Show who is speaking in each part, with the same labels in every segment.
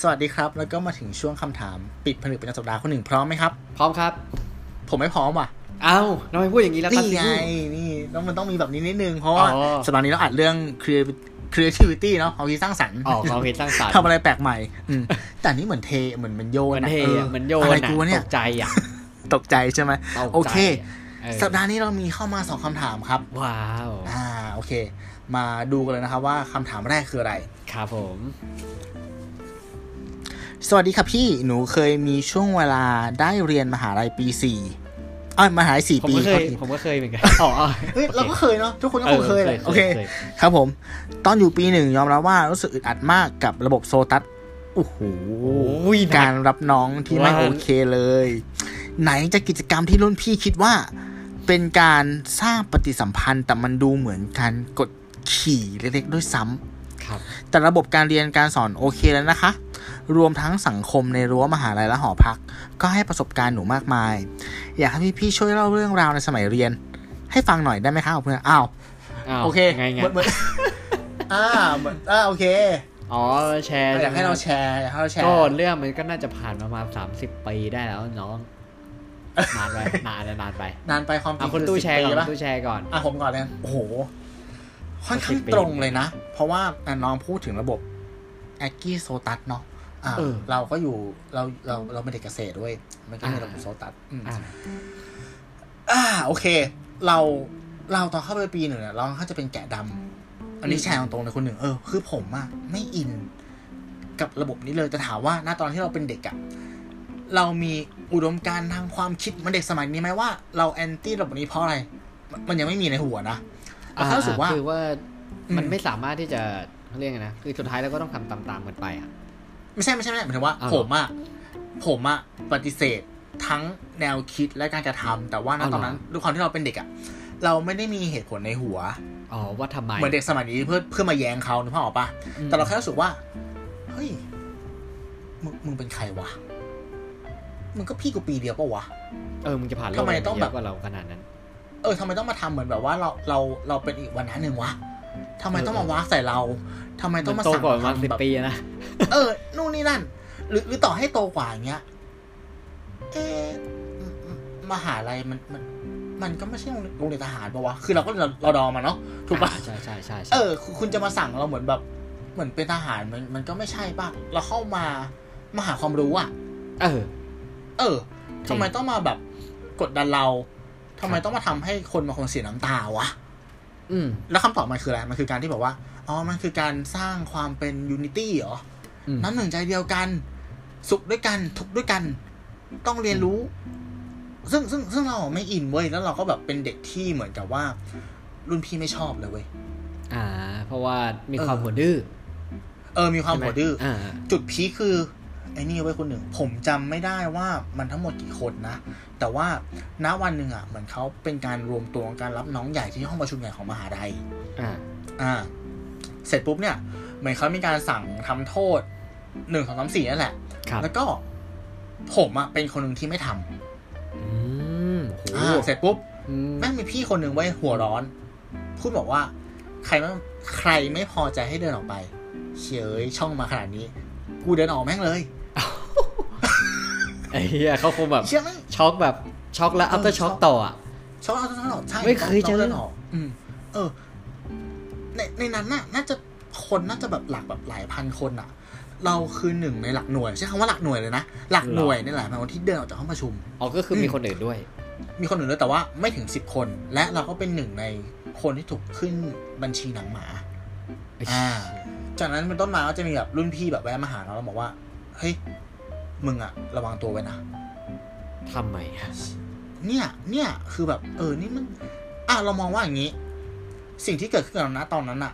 Speaker 1: สวัสดีครับ แล้วก็มาถึงช่วงคำถาม ปิดผนึกประจำสัปดาห์คนหนึ่งพร้อมไหมครับ
Speaker 2: พร้อมครับ
Speaker 1: ผมไม่พร้อมว่ะ
Speaker 2: เอ้าทำไมพูดอย่างนี้ล่ะครับ
Speaker 1: นี่
Speaker 2: ซี
Speaker 1: ไง
Speaker 2: รีส์
Speaker 1: นี่ต้องมันต้องมีแบบนี้นิดนึง เพราะว่า
Speaker 2: อ๋อ
Speaker 1: สัปดาห์นี้เราอัดเรื่อง creative- creativity เนาะความคิดสร้างสรรค์
Speaker 2: ออกความคิดสร้างสรรค์
Speaker 1: ทำอะไรแปลกใหม่อืมแต่อันนี่เหมือนเทเหมือนมันโย
Speaker 2: เหมื
Speaker 1: น
Speaker 2: อน
Speaker 1: อะ
Speaker 2: เท
Speaker 1: ออ
Speaker 2: เหมือนโยน
Speaker 1: อะไร
Speaker 2: น่ะ
Speaker 1: กูวะ
Speaker 2: ต
Speaker 1: เนี่ย
Speaker 2: กใจอ่ะ
Speaker 1: ตกใจใช่ไหม
Speaker 2: ตกใจ
Speaker 1: โอเค
Speaker 2: เออ
Speaker 1: สัปดาห์นี้เรามีเข้ามาสองคำถามครับ
Speaker 2: ว้าว
Speaker 1: อ่าโอเค มาดูกันเลยนะครับว่าคำถามแรกคืออะไร
Speaker 2: ครับผม
Speaker 1: สวัสดีครับพี่หนูเคยมีช่วงเวลาได้เรียนมหาลัยปีสี่เอ้ยมหาลัยสี่
Speaker 2: ผม
Speaker 1: ปี
Speaker 2: ก็เค
Speaker 1: โทษ
Speaker 2: ย
Speaker 1: ที
Speaker 2: ผมก็เคยเหมือน กันอ๋อ
Speaker 1: เฮ้ยเราก็เคยเนาะทุกคนก็คงเคยแหละโอเค
Speaker 2: คย
Speaker 1: ครับผม ตอนอยู่ปีหนึ่งยอมรับว่ารู้สึกอึดอัดมากกับระบบโซตัสโอ้โห
Speaker 2: โอ้ยหนั
Speaker 1: การรับน้องที่ไม่
Speaker 2: ว้าว
Speaker 1: โอเคเลย ไหนจะกิจกรรมที่รุ่นพี่คิดว่า เป็นการสร้างปฏิสัมพันธ์แต่มันดูเหมือนการกดขี่เล็กๆด้วยซ้ำ
Speaker 2: ครับ
Speaker 1: แต่ระบบการเรียนการสอนโอเคแล้วนะคะ รวมทั้งสังคมในรั้วมหาลัยและหอพัก ก็ให้ประสบการณ์หนูมากมาย อยากให้พี่ๆช่วยเล่าเรื่องราวในสมัยเรียน ให้ฟังหน่อยได้ไหมคะเพื่อนอ้าว
Speaker 2: าว
Speaker 1: โอเค
Speaker 2: ไงไง
Speaker 1: หมือนหมือน อ่าเหมือนอ่าโอเค
Speaker 2: อ๋อแชร์
Speaker 1: อยากให้เราแชร์อยากให้เราแชร์
Speaker 2: ก็เรื่องมันก็น่าจะผ่านประมาณสามสิบปีได้แล้ว น้องนานไปนานนานไป
Speaker 1: นานไปความจริ
Speaker 2: เอา
Speaker 1: ง
Speaker 2: คุณตู้แชร์ก่อน
Speaker 1: สิบปีปะ
Speaker 2: คุณตู้แชร์ก่อน
Speaker 1: อ่ะผมก่อนเลยโอ้โหค่อนข้าง
Speaker 2: สิบปี
Speaker 1: ตรงเลยนะ เพราะว่าอ่ะน้องพูดถึงระบบแอ g กี้โซตัสเนาะอ่ะ
Speaker 2: เออ
Speaker 1: เราก็อยู่เราเราเราเป็นเด็กเกษตรด้วยมันก็มีระบบโซตัสอืม
Speaker 2: อ่ะ
Speaker 1: อ่าโอเค เราเราตอนเข้าไปปีหนึ่งเนี่ยเราค่อนข้างจะเป็นแกะดำอันนี้แชร์ตรงๆเลยคนหนึ่งเออคือผมอะไม่อินกับระบบนี้เลยแต่ถามว่าณตอนที่เราเป็นเด็กอะเรามีอุดมการณ์ทางความคิดเหมันเด็กสมัยนี้ไหมว่าเราแอนตี้ระบบนี้เพราะอะไรมมันยังไม่มีในหัวนะเราแค่รู้สึกว่า
Speaker 2: คือว่า
Speaker 1: อืม
Speaker 2: มันไม่สามารถที่จะเขาเรียกไงนะคือสุดท้ายแล้วก็ต้องทำตามๆกันไปอ่ะ
Speaker 1: ไม่ใช่ไม่ใช่ไม่ใช่หมายถึงว่า
Speaker 2: อ้าวเห
Speaker 1: ผ
Speaker 2: รอ
Speaker 1: มอะผมอะปฏิเสธทั้งแนวคิดและการกระทำแต่ว่าณ
Speaker 2: อ้าวเหรอ
Speaker 1: ตอนนั้นด้วยความที่เราเป็นเด็กอะเราไม่ได้มีเหตุผลในหัว
Speaker 2: อ๋อว่าทำไม
Speaker 1: เหมือนเด็กสมัยนี้เพื่อเพื่อมาแย้งเขานึกภาพออกปะ
Speaker 2: อืม
Speaker 1: แต่เราแค่รู้สึกว่า เฮ้ย มึงมึงเป็นใครวะ มึงก็พี่กูปีเดียวปะวะ
Speaker 2: เออมึงจะผ่านโลก
Speaker 1: ทำไมต้องแบบ
Speaker 2: าเยะกว่าเราขนาดนั้น
Speaker 1: เออทำไมต้องมาทำเหมือนแบบว่าเราเราเราเป็นอีกวันนั้นหนึ่งวะทำไมต้อง
Speaker 2: เอ
Speaker 1: มา
Speaker 2: อ
Speaker 1: ว้าใส่เราทำไมต้องมา
Speaker 2: โต
Speaker 1: สั่ง
Speaker 2: กว่ามา
Speaker 1: ทำ
Speaker 2: สิบ
Speaker 1: แบบ
Speaker 2: ปีอะนะ
Speaker 1: เออ นู่นนี่นั่น หรือหรือต่อให้โตกว่าอย่างเงี้ย เอ๊ะมมมหาลัยมันมัน มันก็ไม่ใช่โรงเรียนโรงเรียนทหารปะวะ คือเราก็เราเราดอมาเนาะถูกปะ
Speaker 2: อ่าใช่ใช่ใช่ใช่
Speaker 1: เออคุณคุณจะมาสั่งเราเหมือนแบบ เหมือนเป็นทหารมันมันก็ไม่ใช่ป่ะ เราเข้ามามาหาความรู้อ่ะ
Speaker 2: เออ
Speaker 1: เออ
Speaker 2: จริ
Speaker 1: ทำ
Speaker 2: ง
Speaker 1: ไมต้องมาแบบกดดันเราทำไมต้องมาทำให้คนบางคนเสียน้ำตาวะ
Speaker 2: อืม
Speaker 1: แล้วคำตอบมันคืออะไร มันคือการที่แบบว่า อ๋อ มันคือการสร้างความเป็นยูนิตี้เหรอ
Speaker 2: อืม
Speaker 1: น้ำหนึ่งใจเดียวกัน สุขด้วยกัน ทุกข์ด้วยกัน ต้องเรียนรู้ ซึ่งซึ่งซึ่งเราไม่อินเว้ย แล้วเราก็แบบเป็นเด็กที่เหมือนกับว่า รุ่นพี่ไม่ชอบเลยเว้ย
Speaker 2: อ่า เพราะว่ามี
Speaker 1: เออ
Speaker 2: ความหัวดื้อ
Speaker 1: เออ มีความ
Speaker 2: ใช่ไห
Speaker 1: หัวดื้อ
Speaker 2: อ่า
Speaker 1: จุดพีคคือ ไอ้นี่ไว้ยคนหนึ่ง ผมจำไม่ได้ว่ามันทั้งหมดกี่คนนะ แต่ว่าณวันหนึ่งอ่ะ เหมือนเขาเป็นการรวมตัวการรับน้องใหญ่ที่ห้องประชุมใหญ่ของมหาลัย
Speaker 2: อ่า
Speaker 1: อ่า เสร็จปุ๊บเนี่ย เหมือนเขามีการสั่งทำโทษหนึ่งสองสามสี่นั่นแหละ
Speaker 2: ครับ
Speaker 1: แล้วก็ผมอ่ะเป็นคนหนึ่งที่ไม่ทำ
Speaker 2: อืมโห
Speaker 1: อ่าเสร็จปุ๊บ
Speaker 2: อืม
Speaker 1: แม่งมีพี่คนหนึ่งไว้ยหัวร้อน พูดบอกว่า ใครไม่ใครไม่พอใจให้เดินออกไปเฉยช่องมาขนาดนี้ กูเดินออกแม่งเลย
Speaker 2: ไอ้เหี้ยเขาคงแบบ
Speaker 1: เชื่อแม่ง
Speaker 2: ช็อกแบบช็อกแล้วอัพเตอร์ช็อกต่ออ่ะ
Speaker 1: ช็อกเอาช็อกหลอกใช่
Speaker 2: ไม่เคยเจอ
Speaker 1: ราดินออกอืม เออ ในในนั้นน่ะ น่าจะคนน่าจะแบบหลักแบบหลายพันคนอ่ะ เราคือหนึ่งในหลักหน่วยใช้คำว่าหลักหน่วยเลยนะหลักหน่วยนี่แหละหมายความว่าที่เดินออกจากห้องประชุม
Speaker 2: อ๋อก็คือมีคนอื่นด้วย
Speaker 1: มีคนอื่นด้วยแต่ว่าไม่ถึงสิบคน และเราก็เป็นหนึ่งในคนที่ถูกขึ้นบัญชีหนังหมา อ่า จากนั้นเป็นต้นมาก็จะมีแบบรุ่นพี่แบบแวะมาหาเราแล้วบอกว่าเฮ้ยมึงอะระวังตัวไว้นะ
Speaker 2: ทำไมอะ
Speaker 1: เนี่ย เนี่ย คือแบบ เออ นี่มัน อ่ะ เรามองว่าอย่างนี้ สิ่งที่เกิดขึ้นกับเรานะตอนนั้นอะ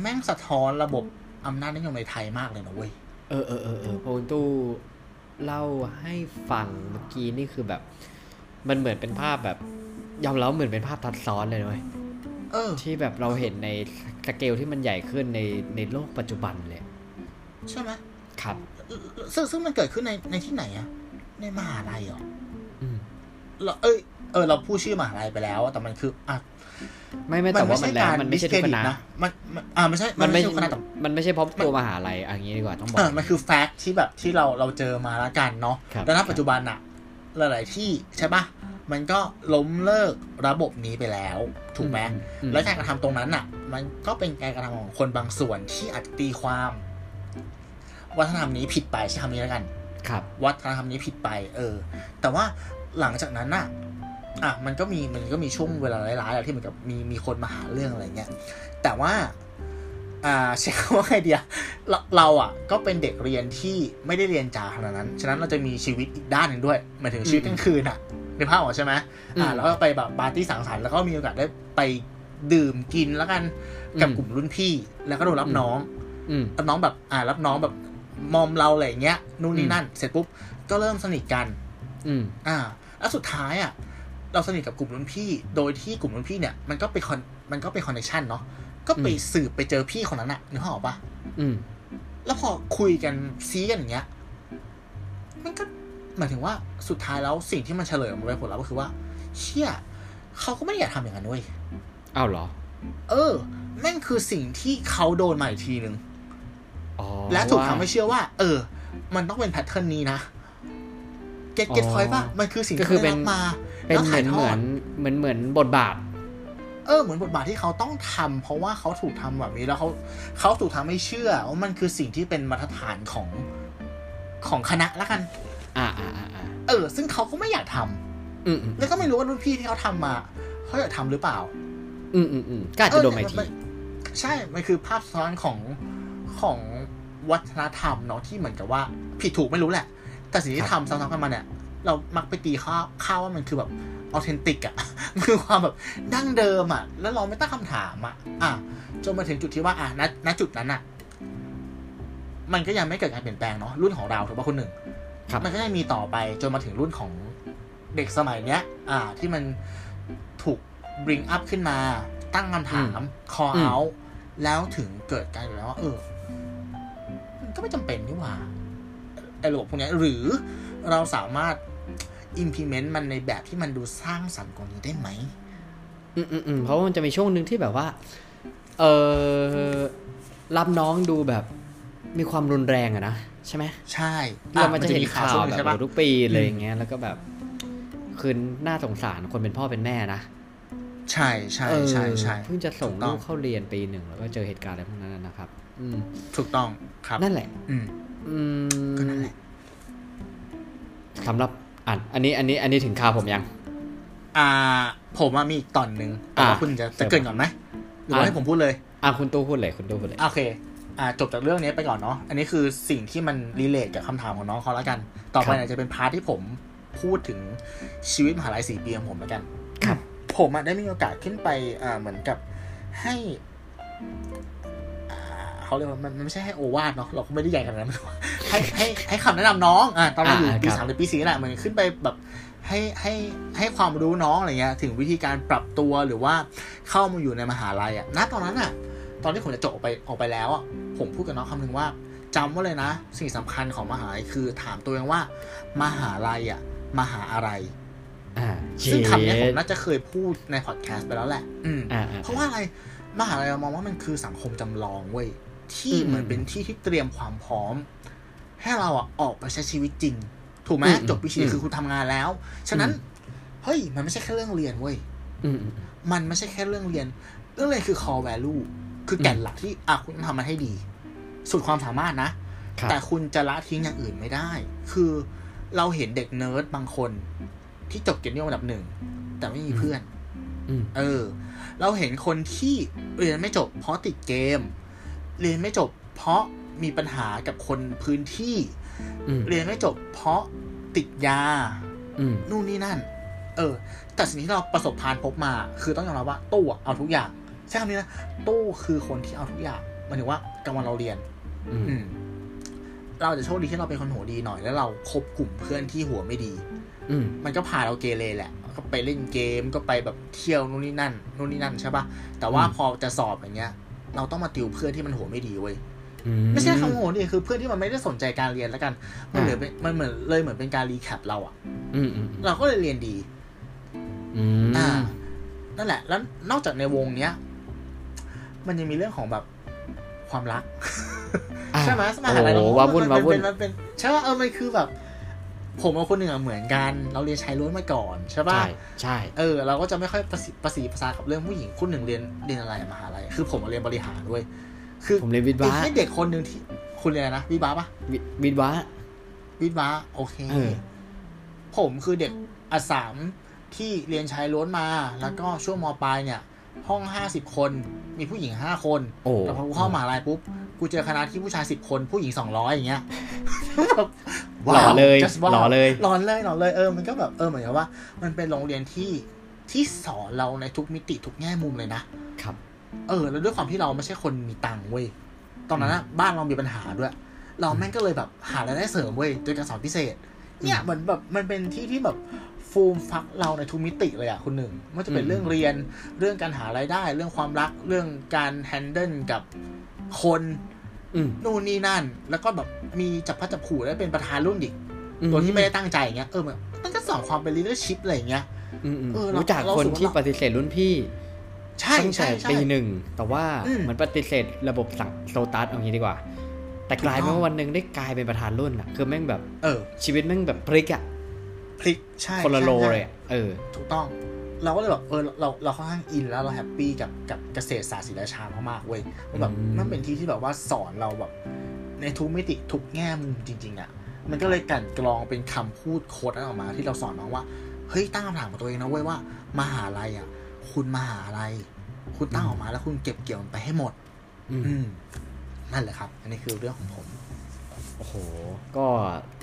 Speaker 1: แม่งสะท้อนระบบอำนาจนิยมในไทยมากเลยนะเว้ย
Speaker 2: เออเออเออเออพอคุณตู้เล่าให้ฟังเมื่อกี้นี่คือแบบ มันเหมือนเป็นภาพแบบยอมรับว่าเหมือนเป็นภาพทับซ้อนเลยนะเว้ย
Speaker 1: เออ
Speaker 2: ที่แบบเราเห็นในสเกลที่มันใหญ่ขึ้นในในโลกปัจจุบันเลย
Speaker 1: ใช่ไหม
Speaker 2: ครับ
Speaker 1: ซึ่งซึ่งมันเกิดขึ้นในในที่ไหนอะในมหาลัยเหรอ
Speaker 2: อืม
Speaker 1: เราเอ้ย เออ เราพูดชื่อมหาลัยไปแล้ว แต่มันคือ อ่ะ
Speaker 2: ไม่ไม่แต่ว่ามันแรงมันไม่ใช่ทุกคณะ
Speaker 1: นะมันมันอ่าไม่ใช่
Speaker 2: มั
Speaker 1: มัน น
Speaker 2: ไม่
Speaker 1: ไม่ใช่ทุกคณะแต่
Speaker 2: มันไม่ใช่เพราะ
Speaker 1: มัน
Speaker 2: ตัวมหาลัยอันนี้ดีกว่าต้องบอก
Speaker 1: เออมันคือแฟกต์ที่แบบที่เราเราเจอมาละกันเนาะ
Speaker 2: ครับ
Speaker 1: แล้วณปัจจุบันอะหลาย ๆ ที่ใช่ปะมันก็ล้มเลิกระบบนี้ไปแล้ว ถูกไหม
Speaker 2: อืม
Speaker 1: แล้วการกระทำตรงนั้นอะมันก็เป็นการกระทำของคนบางส่วนที่อาจจะตีความ วัฒนธรรมนี้ผิดไปใช้คำนี้แล้วกัน
Speaker 2: ครับ
Speaker 1: วัฒนธรรมนี้ผิดไป เออ แต่ว่าหลังจากนั้นน่ะ อ่ะ มันก็มี มันก็มีช่วงเวลาร้ายๆอะที่เหมือนกับมี มีคนมาหาเรื่องอะไรเงี้ย แต่ว่า อ่าใช้คำว่าไงเดียเราเราอ่ะ ก็เป็นเด็กเรียนที่ไม่ได้เรียนจ๋าขนาดนั้น ฉะนั้นเราจะมีชีวิตอีกด้านหนึ่งด้วยหมายถึงชีวิตกลางคืนอ่ะในภาพออกใช่ไหม
Speaker 2: อื
Speaker 1: อ่าม แล้วก็ไปแบบปาร์ตี้สังสรรค์แล้วก็มีโอกาสได้ไปดื่มกินแล้วกัน กับกลุ่มรุ่นพี่ แล้วก็โดนรับน้อง
Speaker 2: อืม
Speaker 1: รับน้องแบบอ่ารับน้องแบบมอมเราอะไรอย่างเงี้ยนู่น
Speaker 2: อื
Speaker 1: นี่
Speaker 2: ม
Speaker 1: นั่น เสร็จปุ๊บก็เริ่มสนิทกัน
Speaker 2: อืม
Speaker 1: อ่าแล้วสุดท้ายอ่ะเราสนิทกับกลุ่มรุ่นพี่ โดยที่กลุ่มรุ่นพี่เนี่ยมันก็ไปคอนมันก็ไปคอนเนคชันเนาะก็ไป
Speaker 2: อืม
Speaker 1: สืบไปเจอพี่คนนั้นอะนึกภาพออกปะ
Speaker 2: อืม
Speaker 1: แล้วพอคุยกันซีกันอย่างเงี้ย มันก็หมายถึงว่าสุดท้ายแล้วสิ่งที่มันเฉลยออกมาเป็นผลลัพธ์ก็คือว่า เชี่ยเขาก็ไม่ได้อยากทำอย่างนั้นเว้ย
Speaker 2: อ้าวเหรอ
Speaker 1: เออแม่งคือสิ่งที่เขาโดนมาอีกทีหนึ่ง
Speaker 2: อ๋อ
Speaker 1: และถูก
Speaker 2: ว่า
Speaker 1: ทำให้เชื่อว่า เออ มันต้องเป็นแพทเทิร์นนี้นะ เก็ตเก็ต
Speaker 2: อ๋อ
Speaker 1: พอยป่ะ มันคือสิ่ง
Speaker 2: ก็
Speaker 1: ที่
Speaker 2: คือ
Speaker 1: เขา
Speaker 2: เป็
Speaker 1: ได้
Speaker 2: น
Speaker 1: รับมา
Speaker 2: เป็น
Speaker 1: แล้ว
Speaker 2: เหมื
Speaker 1: ถ่า
Speaker 2: อย น
Speaker 1: ท
Speaker 2: เห
Speaker 1: อ
Speaker 2: มือ
Speaker 1: ด
Speaker 2: นเหมือนเหมือนบทบาท
Speaker 1: เออ เหมือนบทบาทที่เขาต้องทำเพราะว่าเขาถูกทำแบบนี้แล้วเขาเขาถูกทำให้เชื่อว่ามันคือสิ่งที่เป็นมาตรฐานของของคณะละกัน
Speaker 2: อ่าอ่าอ่าอ่า
Speaker 1: เออ ซึ่งเขาก็ไม่อยากทำ
Speaker 2: อืมอืม
Speaker 1: แล้วก็ไม่รู้ว่ารุ่นพี่ที่เขาทำมา เขาอยากทำหรือเปล่า
Speaker 2: อืมอืมอืมก็อาจจะโดนไอที
Speaker 1: เออใช่ มันคือภาพสะท้อนของของวัฒนธรรมเนาะที่เหมือนกับว่า ผิดถูกไม่รู้แหละ แต่สิ่งที่
Speaker 2: ครับ
Speaker 1: ทำซ้ำๆกันมาเนี่ย เรามักไปตีค่าค่าว่ามันคือแบบออเทนติกอะ มันคือความแบบดั้งเดิมอะแล้วเราไม่ตั้งคำถามอะอ่ะจนมาถึงจุดที่ว่าอ่ะณณจุดนั้นอะมันก็ยังไม่เกิดการเปลี่ยนแปลงเนาะรุ่นของเราถือว่าคนหนึ่ง
Speaker 2: ครับ
Speaker 1: มันก็จะมีต่อไปจนมาถึงรุ่นของเด็กสมัยเนี้ย อ่า ที่มันถูก bring up ขึ้นมา ตั้งคำถาม call
Speaker 2: อืม
Speaker 1: out แล้วถึงเกิดการอยู่แล้วว่าเออ มันก็ไม่จำเป็นนี่หว่าไอ้ระบบพวกเนี้ยหรือเราสามารถ implement มันในแบบที่มันดูสร้างสรรค์กว่านี้ได้ไหม
Speaker 2: อืมอืมอืมเพราะว่ามันจะมีช่วงหนึ่งที่แบบว่า เออรับน้องดูแบบมีความรุนแรงอะนะใช่ไหม
Speaker 1: ใช่
Speaker 2: เรามันจะเห็นข่าว
Speaker 1: ช่งห
Speaker 2: แบ
Speaker 1: ง
Speaker 2: บ
Speaker 1: ใช่ปะ
Speaker 2: ทุกปีเลยอย่างเงี้ยแล้วก็แบบคือน่าสงสารคนเป็นพ่อเป็นแม่นะ
Speaker 1: ใช่ใช่
Speaker 2: เออ
Speaker 1: ใช่ใช่
Speaker 2: เพิ่งจะส่ง
Speaker 1: ถูกต้
Speaker 2: ลู
Speaker 1: อง
Speaker 2: กเข้าเรียนปีหนึ่งแล้วก็เจอเหตุการณ์อะไรพวกนั้นนะครับ อืม
Speaker 1: ถูกต้องครับ
Speaker 2: นั่นแหละ
Speaker 1: อืม
Speaker 2: อืม
Speaker 1: ก็นั่นแหละ
Speaker 2: สำหรับอ่านอันนี้อันนี้อันนี้ถึงข่าวผมยัง
Speaker 1: อ่า ผมว่ามีอีกตอนหนึ่งแต่ว่า
Speaker 2: อ่า
Speaker 1: คุณจะจะเกรินก่อนไหมหรือว่า
Speaker 2: อ่า
Speaker 1: ให้ผมพูดเลย
Speaker 2: อ่ะคุณตู้พูดเลยคุณตู้พูดเลย
Speaker 1: โอเค อ่า จบจากเรื่องนี้ไปก่อนเนาะ อันนี้คือสิ่งที่มันรีเลทกับคำถามของน้องเขาแล้วกัน ต่อไปเนี่ยจะเป็นพาร์ทที่ผมพูดถึงชีวิตมหาลัยสี่ปีของผมแล้วกัน
Speaker 2: ครับ
Speaker 1: ผมอะได้มีโอกาสขึ้นไป อ่า เหมือนกับให้อ่าเขาเรียกว่ามันมันไม่ใช่ให้โอวาทเนาะ เราก็ไม่ได้ใหญ่ขนาด นั้น ให้ให้ให้คำแนะนำน้อง อ่า ตอนเราอยู่
Speaker 2: อ่า
Speaker 1: ปี
Speaker 2: ครับ
Speaker 1: สามหรือปีสี่นั่นแหละเหมือนขึ้นไปแบบให้ให้ให้ความรู้น้องอะไรเงี้ย ถึงวิธีการปรับตัวหรือว่าเข้ามาอยู่ในมหาลัยอ่ะ ณ ตอนนั้นอ่ะ ตอนที่ผมจะจบออกไปออกไปแล้วอ่ะ ผมพูดกับน้องคำหนึ่งว่าจำไว้เลยนะ สิ่งสำคัญของมหาลัยคือถามตัวเองว่า มหาลัยอ่ะ มหาอะไร
Speaker 2: อ่า
Speaker 1: ซึ่งคำเนี้ยผม
Speaker 2: เจ็ด
Speaker 1: น่าจะเคยพูดในพอดแคสต์ไปแล้วแหละ อืม
Speaker 2: อ่าอ่า
Speaker 1: เพราะว่าอะไร มหาลัยเรามองว่ามันคือสังคมจำลองเว้ย ที่
Speaker 2: อืม
Speaker 1: เหมือนเป็นที่ที่เตรียมความพร้อม ให้เราอะออกไปใช้ชีวิตจริง ถูกไหม
Speaker 2: อืม
Speaker 1: จบปี
Speaker 2: อื
Speaker 1: สี่
Speaker 2: ม
Speaker 1: คือคุณทำงานแล้ว ฉะนั้น
Speaker 2: อืม
Speaker 1: เฮ้ย มันไม่ใช่แค่เรื่องเรียนเว้ย
Speaker 2: อืมอืม
Speaker 1: มันไม่ใช่แค่เรื่องเรียน เรื่องเรียนคือ core value คือแก่นหลักที่อ่ะคุณต้องทำมันให้ดี สุดความสามารถนะ
Speaker 2: ครับ
Speaker 1: แต่คุณจะละทิ้งอย่างอื่นไม่ได้ คือเราเห็นเด็กเนิร์ดบางคน ที่จบเกียรตินิยมอันดับหนึ่ง แต่ไม่มีเพื่อน
Speaker 2: อืม
Speaker 1: เออ เราเห็นคนที่เรียนไม่จบเพราะติดเกม เรียนไม่จบเพราะมีปัญหากับคนพื้นที่
Speaker 2: อืม
Speaker 1: เรียนไม่จบเพราะติดยา
Speaker 2: อืม
Speaker 1: นู่นนี่นั่น เออ แต่สิ่งที่เราประสบพานพบมา คือต้องยอมรับว่าตู้อะเอาทุกอย่าง ใช้คำนี้นะ ตู้คือคนที่เอาทุกอย่างหมายถึงว่ากลางวันเราเรียน
Speaker 2: อืม
Speaker 1: อืม เราอาจจะโชคดีที่เราเป็นคนหัวดีหน่อย แล้วเราคบกลุ่มเพื่อนที่หัวไม่ดี
Speaker 2: อืม
Speaker 1: มันก็พาเราเกเรแหละ ก็ไปเล่นเกม ก็ไปแบบเที่ยวนู่นนี่นั่น นู่นนี่นั่นใช่ปะแต่ว่าพอจะสอบอย่างเงี้ย เราต้องมาติวเพื่อนที่มันหัวไม่ดีเว้ย
Speaker 2: อื
Speaker 1: ไม่ใช่คำว่าหัวดีคือเพื่อนที่มันไม่ได้สนใจการเรียนแล้วกัน มันเหลือ
Speaker 2: อ่า
Speaker 1: เป็นมันเหมือนเลยเหมือนเป็นการรีแคปเราอะ
Speaker 2: อืมอืมอืม
Speaker 1: เราก็เลยเรียนดี
Speaker 2: อืม
Speaker 1: อ่า นั่นแหละ แล้วนอกจากในวงเนี้ย มันยังมีเรื่องของแบบความรัก
Speaker 2: อ่ะ
Speaker 1: ใช่ไหมสมัยอะไร
Speaker 2: โอ้โหว้าวุ่นว้าวุ่น
Speaker 1: มันเป็นใช่ป่ะเออมันคือแบบ ผมกับคนหนึ่งอะเหมือนกัน เราเรียนชายล้วนมาก่อนใช่ป่ะ
Speaker 2: ใช่ใช่
Speaker 1: เออ เราก็จะไม่ค่อยประสิประสีภาษากับเรื่องผู้หญิงคนหนึ่งเรียนเรียนอะไรมหาลัยคือผมอะเรียนบริหารด้วย คือ
Speaker 2: ผมเรียนวิทย์วะ
Speaker 1: ไอ้เหี้ยเด็กคนหนึ่งที่คุณเรียนอะไรนะวิทย์วะปะ
Speaker 2: วิวิดวะ
Speaker 1: วิทย์วะโอเค
Speaker 2: เออ
Speaker 1: ผมคือเด็กอัสามที่เรียนชายล้วนมา แล้วก็ช่วงมปลายเนี่ย ห้องห้าสิบคน มีผู้หญิงห้าคน
Speaker 2: โอ้
Speaker 1: แล้วพอกูเข้ามหาลัยปุ๊บ กูเจอคณะที่ผู้ชายสิบคนผู้หญิงสองร้อยอย่างเงี้ย
Speaker 2: หล่อเลย
Speaker 1: just wow
Speaker 2: หล่อเลย
Speaker 1: หลอนเลยหลอนเลยเออมันก็แบบเออเหมือนกับว่า มันเป็นโรงเรียนที่ที่สอนเราในทุกมิติทุกแง่มุมเลยนะ
Speaker 2: ครับ
Speaker 1: เออแล้วด้วยความที่เราไม่ใช่คนมีตังค์เว้ย ตอนนั้นนะบ้านเรามีปัญหาด้วย เราแม่งก็เลยแบบหารายได้เสริมเว้ยโดยการสอนพิเศษ เนี่ยเหมือนแบบมันเป็นที่ที่แบบฟูมฟักเราในทุกมิติเลยอะคุณหนึ่งไม่ว่าจะเป็น
Speaker 2: อืม
Speaker 1: เรื่องเรียนเรื่องการหารายได้ เรื่องความรักเรื่องการแฮนเดิลกับคน
Speaker 2: อืม
Speaker 1: นู่นนี่นั่น แล้วก็แบบมีจับพลัดจับผลูได้เป็นประธานรุ่นอีก
Speaker 2: อื
Speaker 1: โดยที่ไม่ได้ตั้งใจอย่างเงี้ยเออมันมันก็สอนความเป็นลีดเดอร์ชิพอะไรอย่างเงี้ย
Speaker 2: อืมอืม
Speaker 1: เออเรารู้
Speaker 2: รู้จัก
Speaker 1: เรา
Speaker 2: คน
Speaker 1: สูง
Speaker 2: ที่
Speaker 1: เรา
Speaker 2: ปฏิเสธรุ่นพี่
Speaker 1: ใช่
Speaker 2: ตั้งแต่
Speaker 1: ใช่ใช่
Speaker 2: ปีหนึ่ง แต่ว่า
Speaker 1: อืม
Speaker 2: มันปฏิเสธระบบสังโซตัสเอางี้ดีกว่า แต่กลาย
Speaker 1: ถูก
Speaker 2: เป็น
Speaker 1: ต้อง
Speaker 2: ว่าวันหนึ่งได้กลายเป็นประธานรุ่นอ่ะ คือแม่งแบบ
Speaker 1: เออ
Speaker 2: ชีวิตแม่งแบบพลิกอ่ะ
Speaker 1: พลิกใช่
Speaker 2: คนละ
Speaker 1: ใช่
Speaker 2: โล
Speaker 1: ใช่
Speaker 2: เลยอะเออ
Speaker 1: ถูกต้องเราก็เลยแบบเออเราเราค่อนข้างอินแล้วเราแฮปปี้กับกับเกษตรศาสตร์ศิลปชามากๆเว้ยว่าแบบ
Speaker 2: อืม
Speaker 1: มันเป็นที่ที่แบบว่าสอนเราแบบ ในทุกมิติทุกแง่มุมจริง ๆอะ่ะ มันก็เลยกลั่นกรองเป็นคำพูดโค้ดนั้นออกมา ที่เราสอนน้องว่าเฮ้ยตั้งคำถามกับตัวเองนะเว้ยว่า มหาลัยอะ่ะ คุณมหาลัยคุณตั้งออกมาแล้วคุณเก็บเกี่ยวมันไปให้หมด
Speaker 2: อืม
Speaker 1: อืมนั่นแหละครับ อันนี้คือเรื่องของผม
Speaker 2: โอ้โห ก็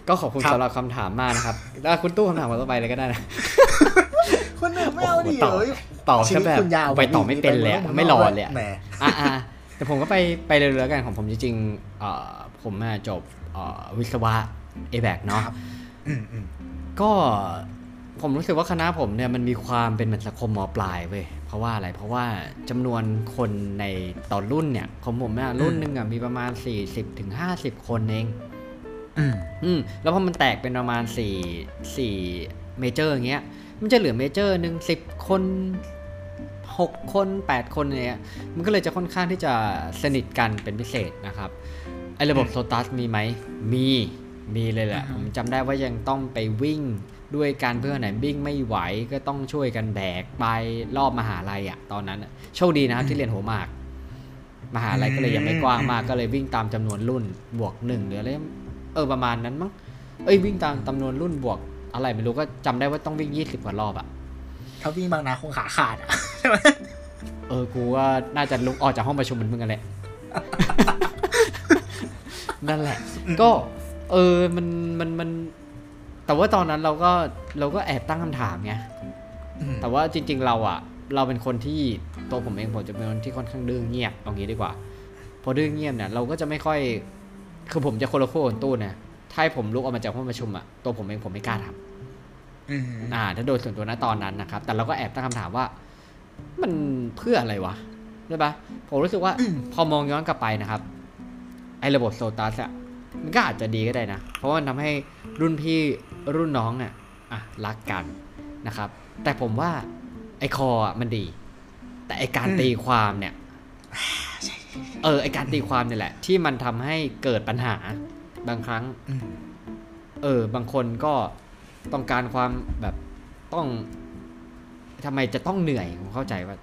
Speaker 2: ก็ขอบคุณ
Speaker 1: ครับ
Speaker 2: สำหรับคำถามมากนะครับ แล้วคุณตู้คำถามมาต่อไปเลยก็ได้นะ
Speaker 1: คนหนึ่งไม่เอาดิ
Speaker 2: โอ้โหตอบ
Speaker 1: เอ้ย
Speaker 2: ต่อ
Speaker 1: ชี
Speaker 2: แค่
Speaker 1: วิต
Speaker 2: แบบ
Speaker 1: คุณยาว
Speaker 2: ไปต่อไม่เป็นเลยอะ
Speaker 1: ป
Speaker 2: ไม่หล่อเลยอะ
Speaker 1: แหม
Speaker 2: อ่ะอ่ะแต่ผมก็ไปไปเรื่อยๆกันของผมจริงๆเอ่อผมอะจบเอ่อวิศวะเอแบกเนาะ
Speaker 1: ครับ อืมอืม
Speaker 2: ก็ผมรู้สึกว่าคณะผมเนี่ยมันมีความเป็นเหมือนสังคมมปลายเว้ยเพราะว่าอะไรเพราะว่าจำนวนคนในต่อรุ่นเนี่ยของผมเนี่ยรุ่นหนึ่งอ่ะมีประมาณ 40-50ถึง50 คนเอง
Speaker 1: อืม
Speaker 2: อืมแล้วพอมันแตกเป็นประมาณสี่สี่เมเจอร์อย่างเงี้ย มันจะเหลือเมเจอร์หนึ่งสิบคนหกคนแปดคนอะไรเงี้ยมันก็เลยจะค่อนข้างที่จะสนิทกันเป็นพิเศษนะครับไอ้ระบบโซตัสมีไหมมีมีเลยแหละ
Speaker 1: อ่าฮะ
Speaker 2: ผมจำได้ว่ายังต้องไปวิ่งด้วยการเพื่อนไหนวิ่งไม่ไหวก็ต้องช่วยกันแบกไปรอบมหาลัยอะตอนนั้นอะโชคดีนะครับที่เรียนหัวหมาก มหาลัยก็เลยยังไม่กว้างมากก็เลยวิ่งตามจำนวนรุ่นบวกหนึ่งหรืออะไร เออประมาณนั้นมั้ง เอ้ยวิ่งตามจำนวนรุ่นบวก อะไรไม่รู้ก็จำได้ว่าต้องวิ่ง 20 กว่ารอบอะ
Speaker 1: ถ้าวิ่งบางนาคงขาขาดอะ
Speaker 2: เออกูว่าน่าจะลุกออกจากห้องประชุมเหมือนมึงกันแหละ นั่นแหละ ก็ เออมันมันมัน แต่ว่าตอนนั้นเราก็เราก็แอบตั้งคำถามไง
Speaker 1: อืม
Speaker 2: แต่ว่าจริง ๆ เราอะเราเป็นคนที่ตัวผมเองผมจะเป็นคนที่ค่อนข้างดื้อเงียบเอางี้ดีกว่า พอดื้อเงียบเนี่ยเราก็จะไม่ค่อย คือผมจะคนละขั้วกับตู้นะถ้าให้ผมลุกออกมาจากห้องประชุมอะตัวผมเองผมไม่กล้าทำ
Speaker 1: อืม
Speaker 2: อ่าถ้าโดยส่วนตัวนะตอนนั้นนะครับ แต่เราก็แอบตั้งคำถามว่า มันเพื่ออะไรวะใช่ปะผมรู้สึกว่าพอมองย้อนกลับไปนะครับ ไอ้ระบบโซตัสอะมันก็อาจจะดีก็ได้นะ เพราะว่ามันทำให้รุ่นพี่รุ่นน้องอะอ่ะรักกันนะครับ แต่ผมว่าไอ้คออะมันดี แต่ไอ้การตีความเนี่ย เออไอ้การตีความเนี่ยแหละ ที่มันทำให้เกิดปัญหาบางครั้ง
Speaker 1: อืม
Speaker 2: เออบางคนก็ต้องการความแบบต้องทำไมจะต้องเหนื่อยผมเข้าใจว่า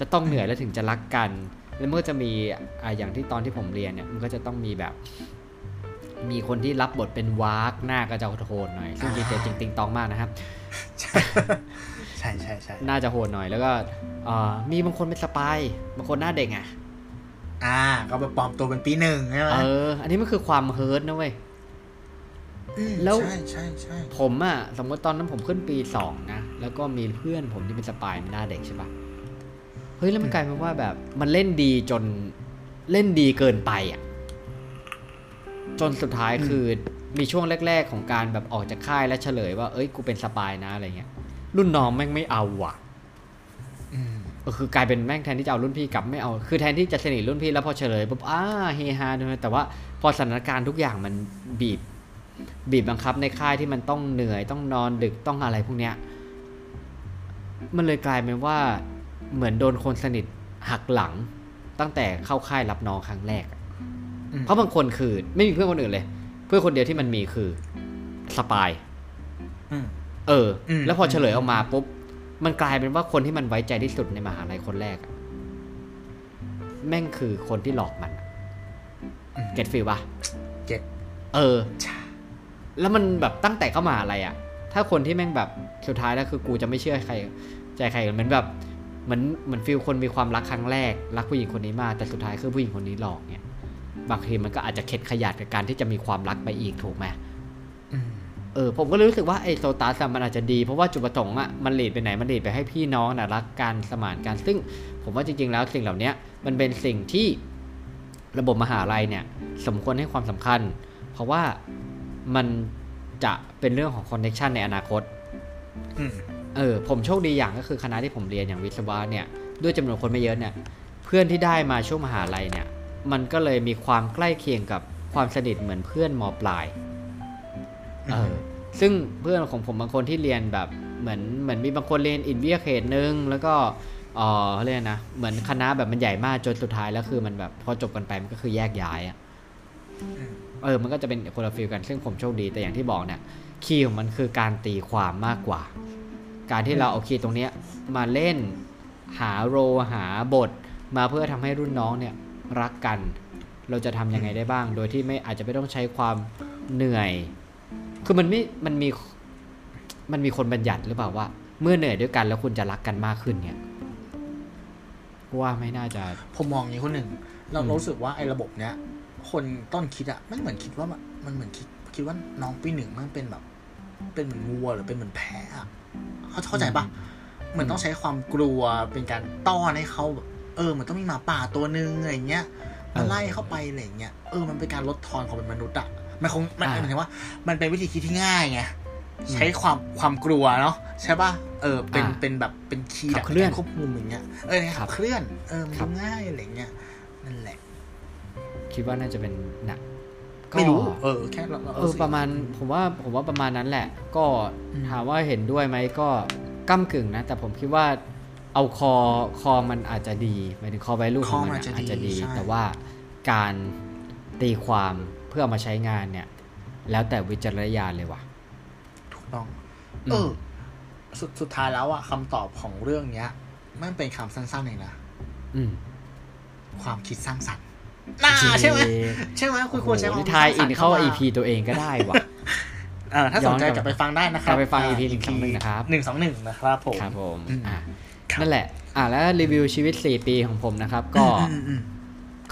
Speaker 2: จะต้องเหนื่อยแล้วถึงจะรักกัน แล้วเมื่อจะมีอ่าอย่างที่ตอนที่ผมเรียนเนี่ยมันก็จะต้องมีแบบ มีคนที่รับบทเป็นวากหน้าก็จะโหดหน่อยซึ่งจริงๆจริงติงตองมากนะครับ
Speaker 1: ใช่ใช่ใช่
Speaker 2: น่าจะโหดหน่อยแล้วก็เอ่อมีบางคนเป็นสปายบางคนหน้าเด็กอ่ะ
Speaker 1: อ่า ก็ไปปลอมตัวเป็นปีหนึ่งใช่ไหม
Speaker 2: เออ อันนี้มันคือความเฮิร์ตนะเว้ย
Speaker 1: ม
Speaker 2: แล้ว
Speaker 1: ใช่ใช่ใช่
Speaker 2: ผมอะสมมติตอนนั้นผมขึ้นปีสองนะ แล้วก็มีเพื่อนผมที่เป็นสปายเป็นหน้าเด็กใช่ปะเฮ้ย แล้วมันกลายเป็นว่าแบบมันเล่นดีจนเล่นดีเกินไปอะจนสุดท้ายคือมีช่วงแรก ๆ ของการแบบออกจากค่ายและเฉลยว่า เอ้ยกูเป็นสปายนะอะไรเงี้ย รุ่นน้องแม่งไม่เอาว่ะ
Speaker 1: อืม
Speaker 2: เออคือกลายเป็นแม่งแทนที่จะเอารุ่นพี่กลับไม่เอา คือแทนที่จะสนิทรุ่นพี่แล้วพอเฉลยปุ๊บอ้าเฮฮาเลยแต่ว่าพอสถานการณ์ทุกอย่างมันบีบ บีบบังคับในค่ายที่มันต้องเหนื่อยต้องนอนดึกต้องอะไรพวกเนี้ย มันเลยกลายเป็นว่า เหมือนโดนคนสนิทหักหลังตั้งแต่เข้าค่ายรับน้องครั้งแรกอะ
Speaker 1: อืม
Speaker 2: เพราะบางคนคือไม่มีเพื่อนคนอื่นเลย เพื่อนคนเดียวที่มันมีคือสปาย
Speaker 1: อืม
Speaker 2: เอออ
Speaker 1: ม
Speaker 2: แล้วพอเฉลยออกมาปุ๊บ มันกลายเป็นว่าคนที่มันไว้ใจที่สุดในมหาลัยคนแรกอะแม่งคือคนที่หลอกมัน
Speaker 1: อืม
Speaker 2: เก็ตฟีลปะ
Speaker 1: เก็ต
Speaker 2: เออ แล้วมันแบบตั้งแต่เข้ามาอะไรอะถ้าคนที่แม่งแบบสุดท้ายแล้วคือกูจะไม่เชื่อใคร ใจใครเหมือนแบบเหมือนเหมือนฟีลคนมีความรักครั้งแรก รักผู้หญิงคนนี้มากแต่สุดท้ายคือผู้หญิงคนนี้หลอกเนี่ย บางทีมันก็อาจจะเข็ดขยาดกับการที่จะมีความรักไปอีกถูกไหม
Speaker 1: อืม
Speaker 2: เออผมก็เลยรู้สึกว่าไอ้โซตัสอะมันอาจจะดีเพราะว่าจุดประสงค์อะมันหลีดไปไหนมันหลีดไปให้พี่น้องนะรักกันสมานกันซึ่งผมว่าจริงๆแล้วสิ่งเหล่าเนี้ยมันเป็นสิ่งที่ระบบมหาลัยเนี่ย สมควรให้ความสำคัญ เพราะว่ามันจะเป็นเรื่องของคอนเน t ชันในอนาคต
Speaker 1: อืม
Speaker 2: เออผมโชคดีอย่างก็คือคณะที่ผมเรียนอย่างวิศวะเนี่ยด้วยจำนวนคนไม่เยอะเนี่ย เพื่อนที่ได้มาช่วงมหาลัยเนี่ย มันก็เลยมีความใกล้เคียงกับความสนิทเหมือนเพื่อนมปลายเออซึ่งเพื่อนของผมบางคนที่เรียนแบบเหมือนเหมือนมีบางคนเรียนอินเวียเขตหนึ่งแล้วก็เออเขาเรียกอะไรนะเหมือนคณะแบบมันใหญ่มากจนสุดท้ายแล้วคือมันแบบพอจบกันไปมันก็คือแยกย้ายอะ เออ มันก็จะเป็นคนละฟิลกัน ซึ่งผมโชคดี แต่อย่างที่บอกเนี่ย คีย์ของมันคือการตีความมากกว่า การที่เราเอาคีย์ตรงเนี้ยมาเล่น หาโรหาบท มาเพื่อทำให้รุ่นน้องเนี่ยรักกัน เราจะทำยังไงได้บ้าง โดยที่ไม่อาจจะไม่ต้องใช้ความเหนื่อย คือมันไม่ มันมี มันมีคนบัญญัติหรือเปล่าว่า เมื่อเหนื่อยด้วยกันแล้วคุณจะรักกันมากขึ้นเนี่ยว่าไม่น่าจะ
Speaker 1: ผมมองอย่างนี้คนหนึ่ง เรา
Speaker 2: อืม
Speaker 1: รู้สึกว่าไอ้ระบบเนี้ย คนต้นคิดอะไม่เหมือนคิดว่ามันมันเหมือนคิด คิดว่าน้องปีหนึ่งมันเป็นแบบ เป็นเหมือนวัวหรือเป็นเหมือนแพะอะเขาเข้าใจปะเหมือนต้องใช้ความกลัวเป็นการต้อนให้เขาแบบเออเหมือนต้องมีหมาป่าตัวนึงอะไรอย่างเงี้ยมาไล่เข้าไปอะไรอย่างเงี้ยเออมันเป็นการลดทอนของเป็นมนุษย์อะมันคงมัน
Speaker 2: อ่า
Speaker 1: หมายถึงว่า มันเป็นวิธีคิดที่ง่ายไงใช้ความความกลัวเนาะใช่ปะเออเป็น
Speaker 2: อ่า
Speaker 1: เป็นแบบเป็นคีย์
Speaker 2: ขั
Speaker 1: แบบ บ
Speaker 2: เคลื่อน
Speaker 1: ควบคุมอย่างเงี้ย เออ
Speaker 2: ค
Speaker 1: ค
Speaker 2: รั
Speaker 1: รั
Speaker 2: บบ
Speaker 1: เคลื่อน เออมัน
Speaker 2: ครับ
Speaker 1: ง่ายอะไรเงี้ยนั่นแหละ
Speaker 2: คิดว่าน่าจะเป็นหนัก
Speaker 1: ไม่รู้ เออ แค่เรา
Speaker 2: เอ
Speaker 1: เอ
Speaker 2: อ
Speaker 1: อ
Speaker 2: ประมาณผมว่าผมว่าประมาณนั้นแหละ ก็
Speaker 1: อืม
Speaker 2: ถามว่าเห็นด้วยไหมก็ก้ากึ่งนะ แต่ผมคิดว่าเอาคอคอมันอาจจะดีหมายถึงคอไวลูของมันอะอาจจะดี แต่ว่าการตีความเพื่อเอามาใช้งานเนี่ย แล้วแต่วิจารณญาณเลยว่ะ
Speaker 1: ถูกต้อง
Speaker 2: อืม
Speaker 1: เออ สุดสุดท้ายแล้วอะคำตอบของเรื่องเนี้ยมันเป็นคำสั้นๆเองนะ
Speaker 2: อืม
Speaker 1: ความคิดสร้างสรรค์น่าใช่ไหมใช่ไหมคุณควรใช้ความ
Speaker 2: นิ
Speaker 1: คิด
Speaker 2: ทาย
Speaker 1: ส
Speaker 2: อิ
Speaker 1: ร้าง
Speaker 2: น
Speaker 1: สรรค์
Speaker 2: เข้า
Speaker 1: ม
Speaker 2: EP ตัวเองก็ได้ว่ะ
Speaker 1: เออถ้าสนใจ
Speaker 2: ย้อนก
Speaker 1: กลั
Speaker 2: ลับบ ไป
Speaker 1: ไปฟังได้นะค
Speaker 2: ก
Speaker 1: รั
Speaker 2: ลั
Speaker 1: บบ
Speaker 2: ไปฟัง
Speaker 1: อ่า
Speaker 2: EP 121นะครับ
Speaker 1: หนึ่งสองหนึ่งนะครับผม
Speaker 2: ครับผม
Speaker 1: อืม
Speaker 2: อ่ะ
Speaker 1: ครับ
Speaker 2: นั่นแหละ อ่ะแล้วรีวิวชีวิต 4 ปีของผมนะครับ ก็
Speaker 1: อืมอืมอืม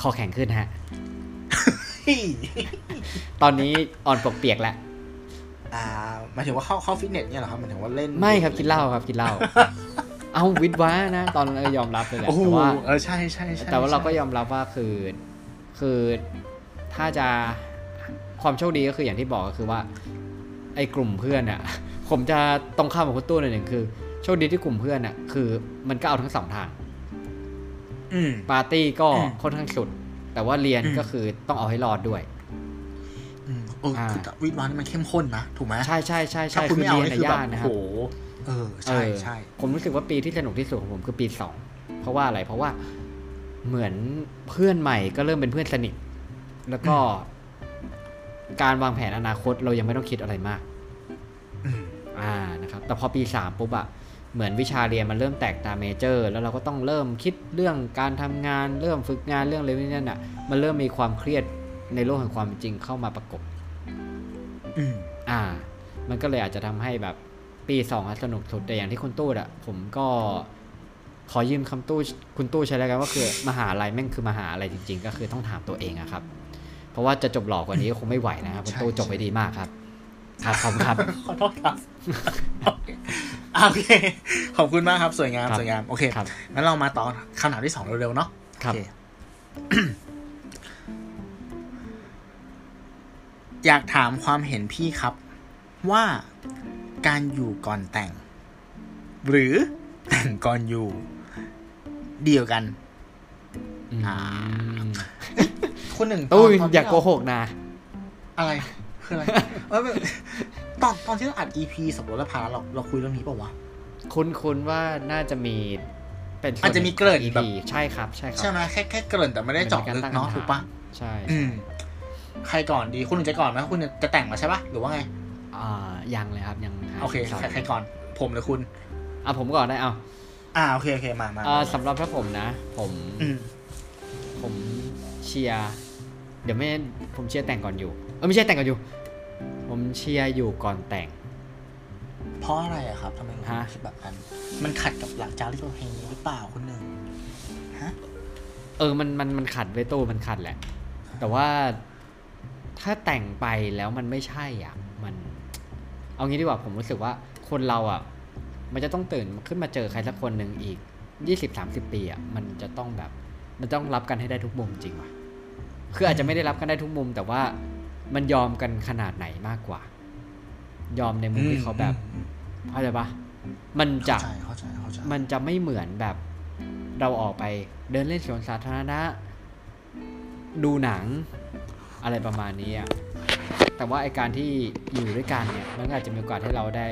Speaker 2: คอแข็งขึ้นฮะ
Speaker 1: เฮ้ย
Speaker 2: ตอนนี้อ่อนปวกเปียกแล้ว
Speaker 1: อ่าหมายถึงว่าเข้าเข้าฟิตเนสเนี่ยเหรอครับหมายถึงว่าเล่น
Speaker 2: ไม่ครับกินเหล้าครับกินเหล้า เอาวิทย์วะนะ ตอนนั้นเออยอมรับเลยแหละ
Speaker 1: โอ้โห
Speaker 2: แต่ว่า
Speaker 1: เออใช่ใช่ใช่
Speaker 2: แต่ว่าเราก็
Speaker 1: ใช่
Speaker 2: ยอมรับว่าคือคือถ้าจะความโชคดีก็คืออย่างที่บอกก็คือว่า ไอ้กลุ่มเพื่อนอ่ะ ผมจะตรงข้ามกับคุณตู้หน่อยหนึ่งคือ โชคดีที่กลุ่มเพื่อนอ่ะคือมันก็เอาทั้งสองทาง
Speaker 1: อืม
Speaker 2: ปาร์ตี้ก็
Speaker 1: อืม
Speaker 2: ค่อนข้างสุด แต่ว่าเรียน
Speaker 1: อืม
Speaker 2: ก็คือต้องเอาให้รอดด้วย
Speaker 1: อืมเออ
Speaker 2: อ่า
Speaker 1: คือวิดวานนี่มันเข้มข้นนะถูกไหม
Speaker 2: ใช่ใช่ใช่
Speaker 1: ถ้า
Speaker 2: ใช่
Speaker 1: คุณ
Speaker 2: คือ
Speaker 1: ไม่เอา
Speaker 2: เรียน
Speaker 1: นี่คื
Speaker 2: อะ
Speaker 1: อแบบ
Speaker 2: ยากนะครั
Speaker 1: โอ้
Speaker 2: บ
Speaker 1: โหเออ
Speaker 2: เอ
Speaker 1: ใช่
Speaker 2: อ
Speaker 1: ใช่
Speaker 2: ผมรู้สึกว่าปีที่สนุกที่สุดของผมคือปีสองเพราะว่าอะไรเพราะว่าเหมือนเพื่อนใหม่ก็เริ่มเป็นเพื่อนสนิท แล้วก็ การวางแผนอนาคตเรายังไม่ต้องคิดอะไรมาก
Speaker 1: อืม
Speaker 2: อ่านะครับ แต่พอปีสามปุ๊บอะเหมือนวิชาเรียนมันเริ่มแตกตามเมเจอร์ แล้วเราก็ต้องเริ่มคิดเรื่องการทำงานเริ่มฝึกงานเรื่องอะไรพวกนี้น่ะมันเริ่มมีความเครียดในโลกแห่งความจริงเข้ามาประกบ
Speaker 1: อืม
Speaker 2: อ่า มันก็เลยอาจจะทำให้แบบปีสองอะสนุกสุดแต่อย่างที่คุณตู้อะผมก็ขอยืมคำตู้คุณตู้ใช้แล้วกันว่าคือ มหาลัยแม่งคือมหาลัยจริง ๆ ก็คือต้องถามตัวเองอะครับ เพราะว่าจะจบหลอกกว่านี้ก็คงไม่ไหวนะครับคุณตู้
Speaker 1: ใช่
Speaker 2: จบไปดีมากครับครับขอบคุณครับ
Speaker 1: ขอโทษครับ โอเคอ่ะโอเค ขอบคุณมากครับ สวยงาม
Speaker 2: ครับ
Speaker 1: สวยงาม โอเค
Speaker 2: ครับ
Speaker 1: งั้นเรามาตอนคำถามที่สองเร็วๆ เนาะ
Speaker 2: ครับ
Speaker 1: โอเอยากถามความเห็นพี่ครับ ว่าการอยู่ก่อนแต่ง หรือแต่งก่อนอยู่เดียวกัน
Speaker 2: อืม
Speaker 1: คนหนึ่ง
Speaker 2: ตู้
Speaker 1: นที่
Speaker 2: อย่าโก
Speaker 1: เร
Speaker 2: หกนะ
Speaker 1: อะไรคืออะไร ไม่ไม่ตอนตอนที่เราอัด EP สำรวจและพาเราเราคุยเรื่องนี้เปล่าวะ
Speaker 2: คุ้นๆว่าน่าจะมี เป็นส่วน
Speaker 1: อาจจะมีเกริ่น
Speaker 2: หงข
Speaker 1: แบ
Speaker 2: อง
Speaker 1: บ
Speaker 2: EP ใช่ครับ ใช่ครับ
Speaker 1: ใช่ไหมแค่แค่เกริ่นแต่ไม่ได้เจาะลึกเนาะถูกปะ
Speaker 2: ใช่
Speaker 1: อืม ใครก่อนดีคุณหนึ่งจะก่อนไหมคุณหนึ่งจะแต่งมาใช่ปะหรือว่าไง
Speaker 2: อ่ายังเลยครับยังหา
Speaker 1: โอเค
Speaker 2: สาว
Speaker 1: ใครใครก่อน ผมหรือคุณ
Speaker 2: อ่ะผมก่อนได้เอา
Speaker 1: อ่าโอเคโอเคมามา
Speaker 2: อ่าสำหรับถ้าผมนะ ผม
Speaker 1: อืม
Speaker 2: ผมเชียร์เดี๋ยวไม่ผมเชียร์แต่งก่อนอยู่เออไม่ใช่แต่งก่อนอยู่ ผมเชียร์อยู่ก่อนแต่ง
Speaker 1: เพราะอะไรอะครับทำไมคุณ
Speaker 2: ฮะ
Speaker 1: คิดแบบนั้นมันขัดกับหลักจารีตประเพณีหรือเปล่าคุณหนึ่งฮะ
Speaker 2: เออ มัน มัน มันขัดเวยโต้มันขัดแหละ แต่ว่าถ้าแต่งไปแล้วมันไม่ใช่อ่ะ มัน เอางี้ดีกว่า ผมรู้สึกว่าคนเราอ่ะ มันจะต้องตื่นขึ้นมาเจอใครสักคนหนึ่งอีกยี่สิบสามสิบปีอ่ะ มันจะต้องแบบ มันต้องรับกันให้ได้ทุกมุมจริงว่ะ คืออาจจะไม่ได้รับกันได้ทุกมุม แต่ว่ามันยอมกันขนาดไหนมากกว่า ยอมในมุมที่เขาแบบ
Speaker 1: อืม
Speaker 2: เข้าใจปะมันจะ
Speaker 1: เข้าใจเข้าใจเข้าใจ
Speaker 2: มันจะไม่เหมือนแบบเราออกไปเดินเล่นสวนสาธารณะ ดูหนังอะไรประมาณนี้อะแต่ว่าไอการที่อยู่ด้วยกันเนี่ยมันก็อาจจะมีโอกาสให้เราได้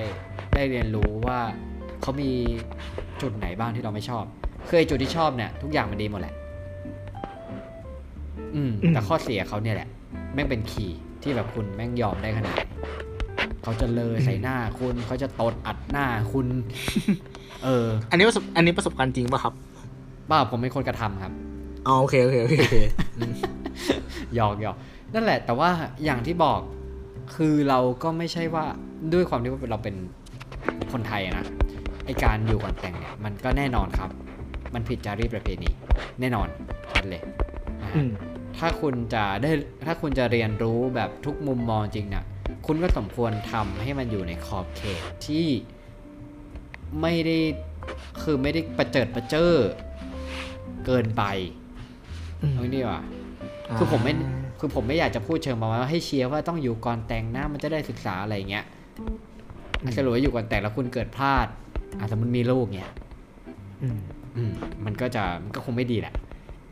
Speaker 2: ได้เรียนรู้ว่าเขามีจุดไหนบ้างที่เราไม่ชอบ เคยจุดที่ชอบเนี่ย ทุกอย่างมันดีหมดแหละ อืม แต่ข้อเสียเขาเนี่ยแหละ แม่งเป็นขีย์ที่แบบคุณแม่งยอมได้ขนาดไหนเขาจะเลยใส่หน้าคุณเขาจะตดอัดหน้าคุณ เออ
Speaker 1: อันนี้ประสบอันนี้ประสบการณ์จริงป่ะครับ
Speaker 2: บ้าผมเป็นคนกระทำครับ
Speaker 1: อ๋อโอเคโอเคโอเคโอเคอืม
Speaker 2: หยอกหยอกนั่นแหละ แต่ว่าอย่างที่บอกคือเราก็ไม่ใช่ว่าด้วยความที่ว่าเราเป็นคนไทยอะนะไอการอยู่ก่อนแต่งเนี่ย มันก็แน่นอนครับ มันผิดจารีตประเพณี แน่นอนชัดเลยนะฮะ
Speaker 1: อืม
Speaker 2: ถ้าคุณจะได้ถ้าคุณจะเรียนรู้แบบทุกมุมมองจริงนะคุณก็สมควรทำให้มันอยู่ในขอบเขตที่ไม่ได้คือไม่ได้ประเจิดประเจ้อเกินไป
Speaker 1: อืม
Speaker 2: เอางี้ดีกว่าคือผมไม่คือผมไม่อยากจะพูดเชิงประมาณว่าให้เชียร์ว่าต้องอยู่ก่อนแต่งหน้ามันจะได้ศึกษาอะไรอย่างเงี้ยอ่ะสรุปว่าอยู่ก่อนแต่งแล้วคุณเกิดพลาดอาจจะมันมีลูกเนี่ย
Speaker 1: อืม
Speaker 2: อืมมันก็จะมันก็คงไม่ดีแหละ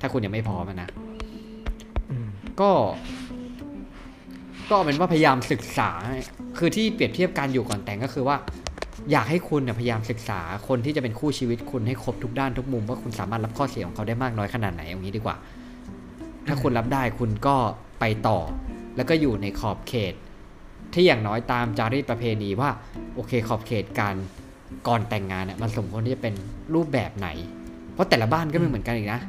Speaker 2: ถ้าคุณยังไม่พร้อมอะนะ
Speaker 1: อืม
Speaker 2: ก็ ก็เอาเป็นว่าพยายามศึกษา คือที่เปรียบเทียบการอยู่ก่อนแต่งก็คือว่า อยากให้คุณเนี่ยพยายามศึกษาคนที่จะเป็นคู่ชีวิตคุณให้ครบทุกด้านทุกมุมว่าคุณสามารถรับข้อเสียของเขาได้มากน้อยขนาดไหนอย่างนี้ดีกว่า ถ้าคุณรับได้คุณก็ไปต่อ แล้วก็อยู่ในขอบเขต ที่อย่างน้อยตามจารีตประเพณีว่า โอเคขอบเขตการก่อนแต่งงานเนี่ยมันสมควรที่จะเป็นรูปแบบไหน เพราะแต่ละบ้านก็ไม่เหมือนกันอีกนะ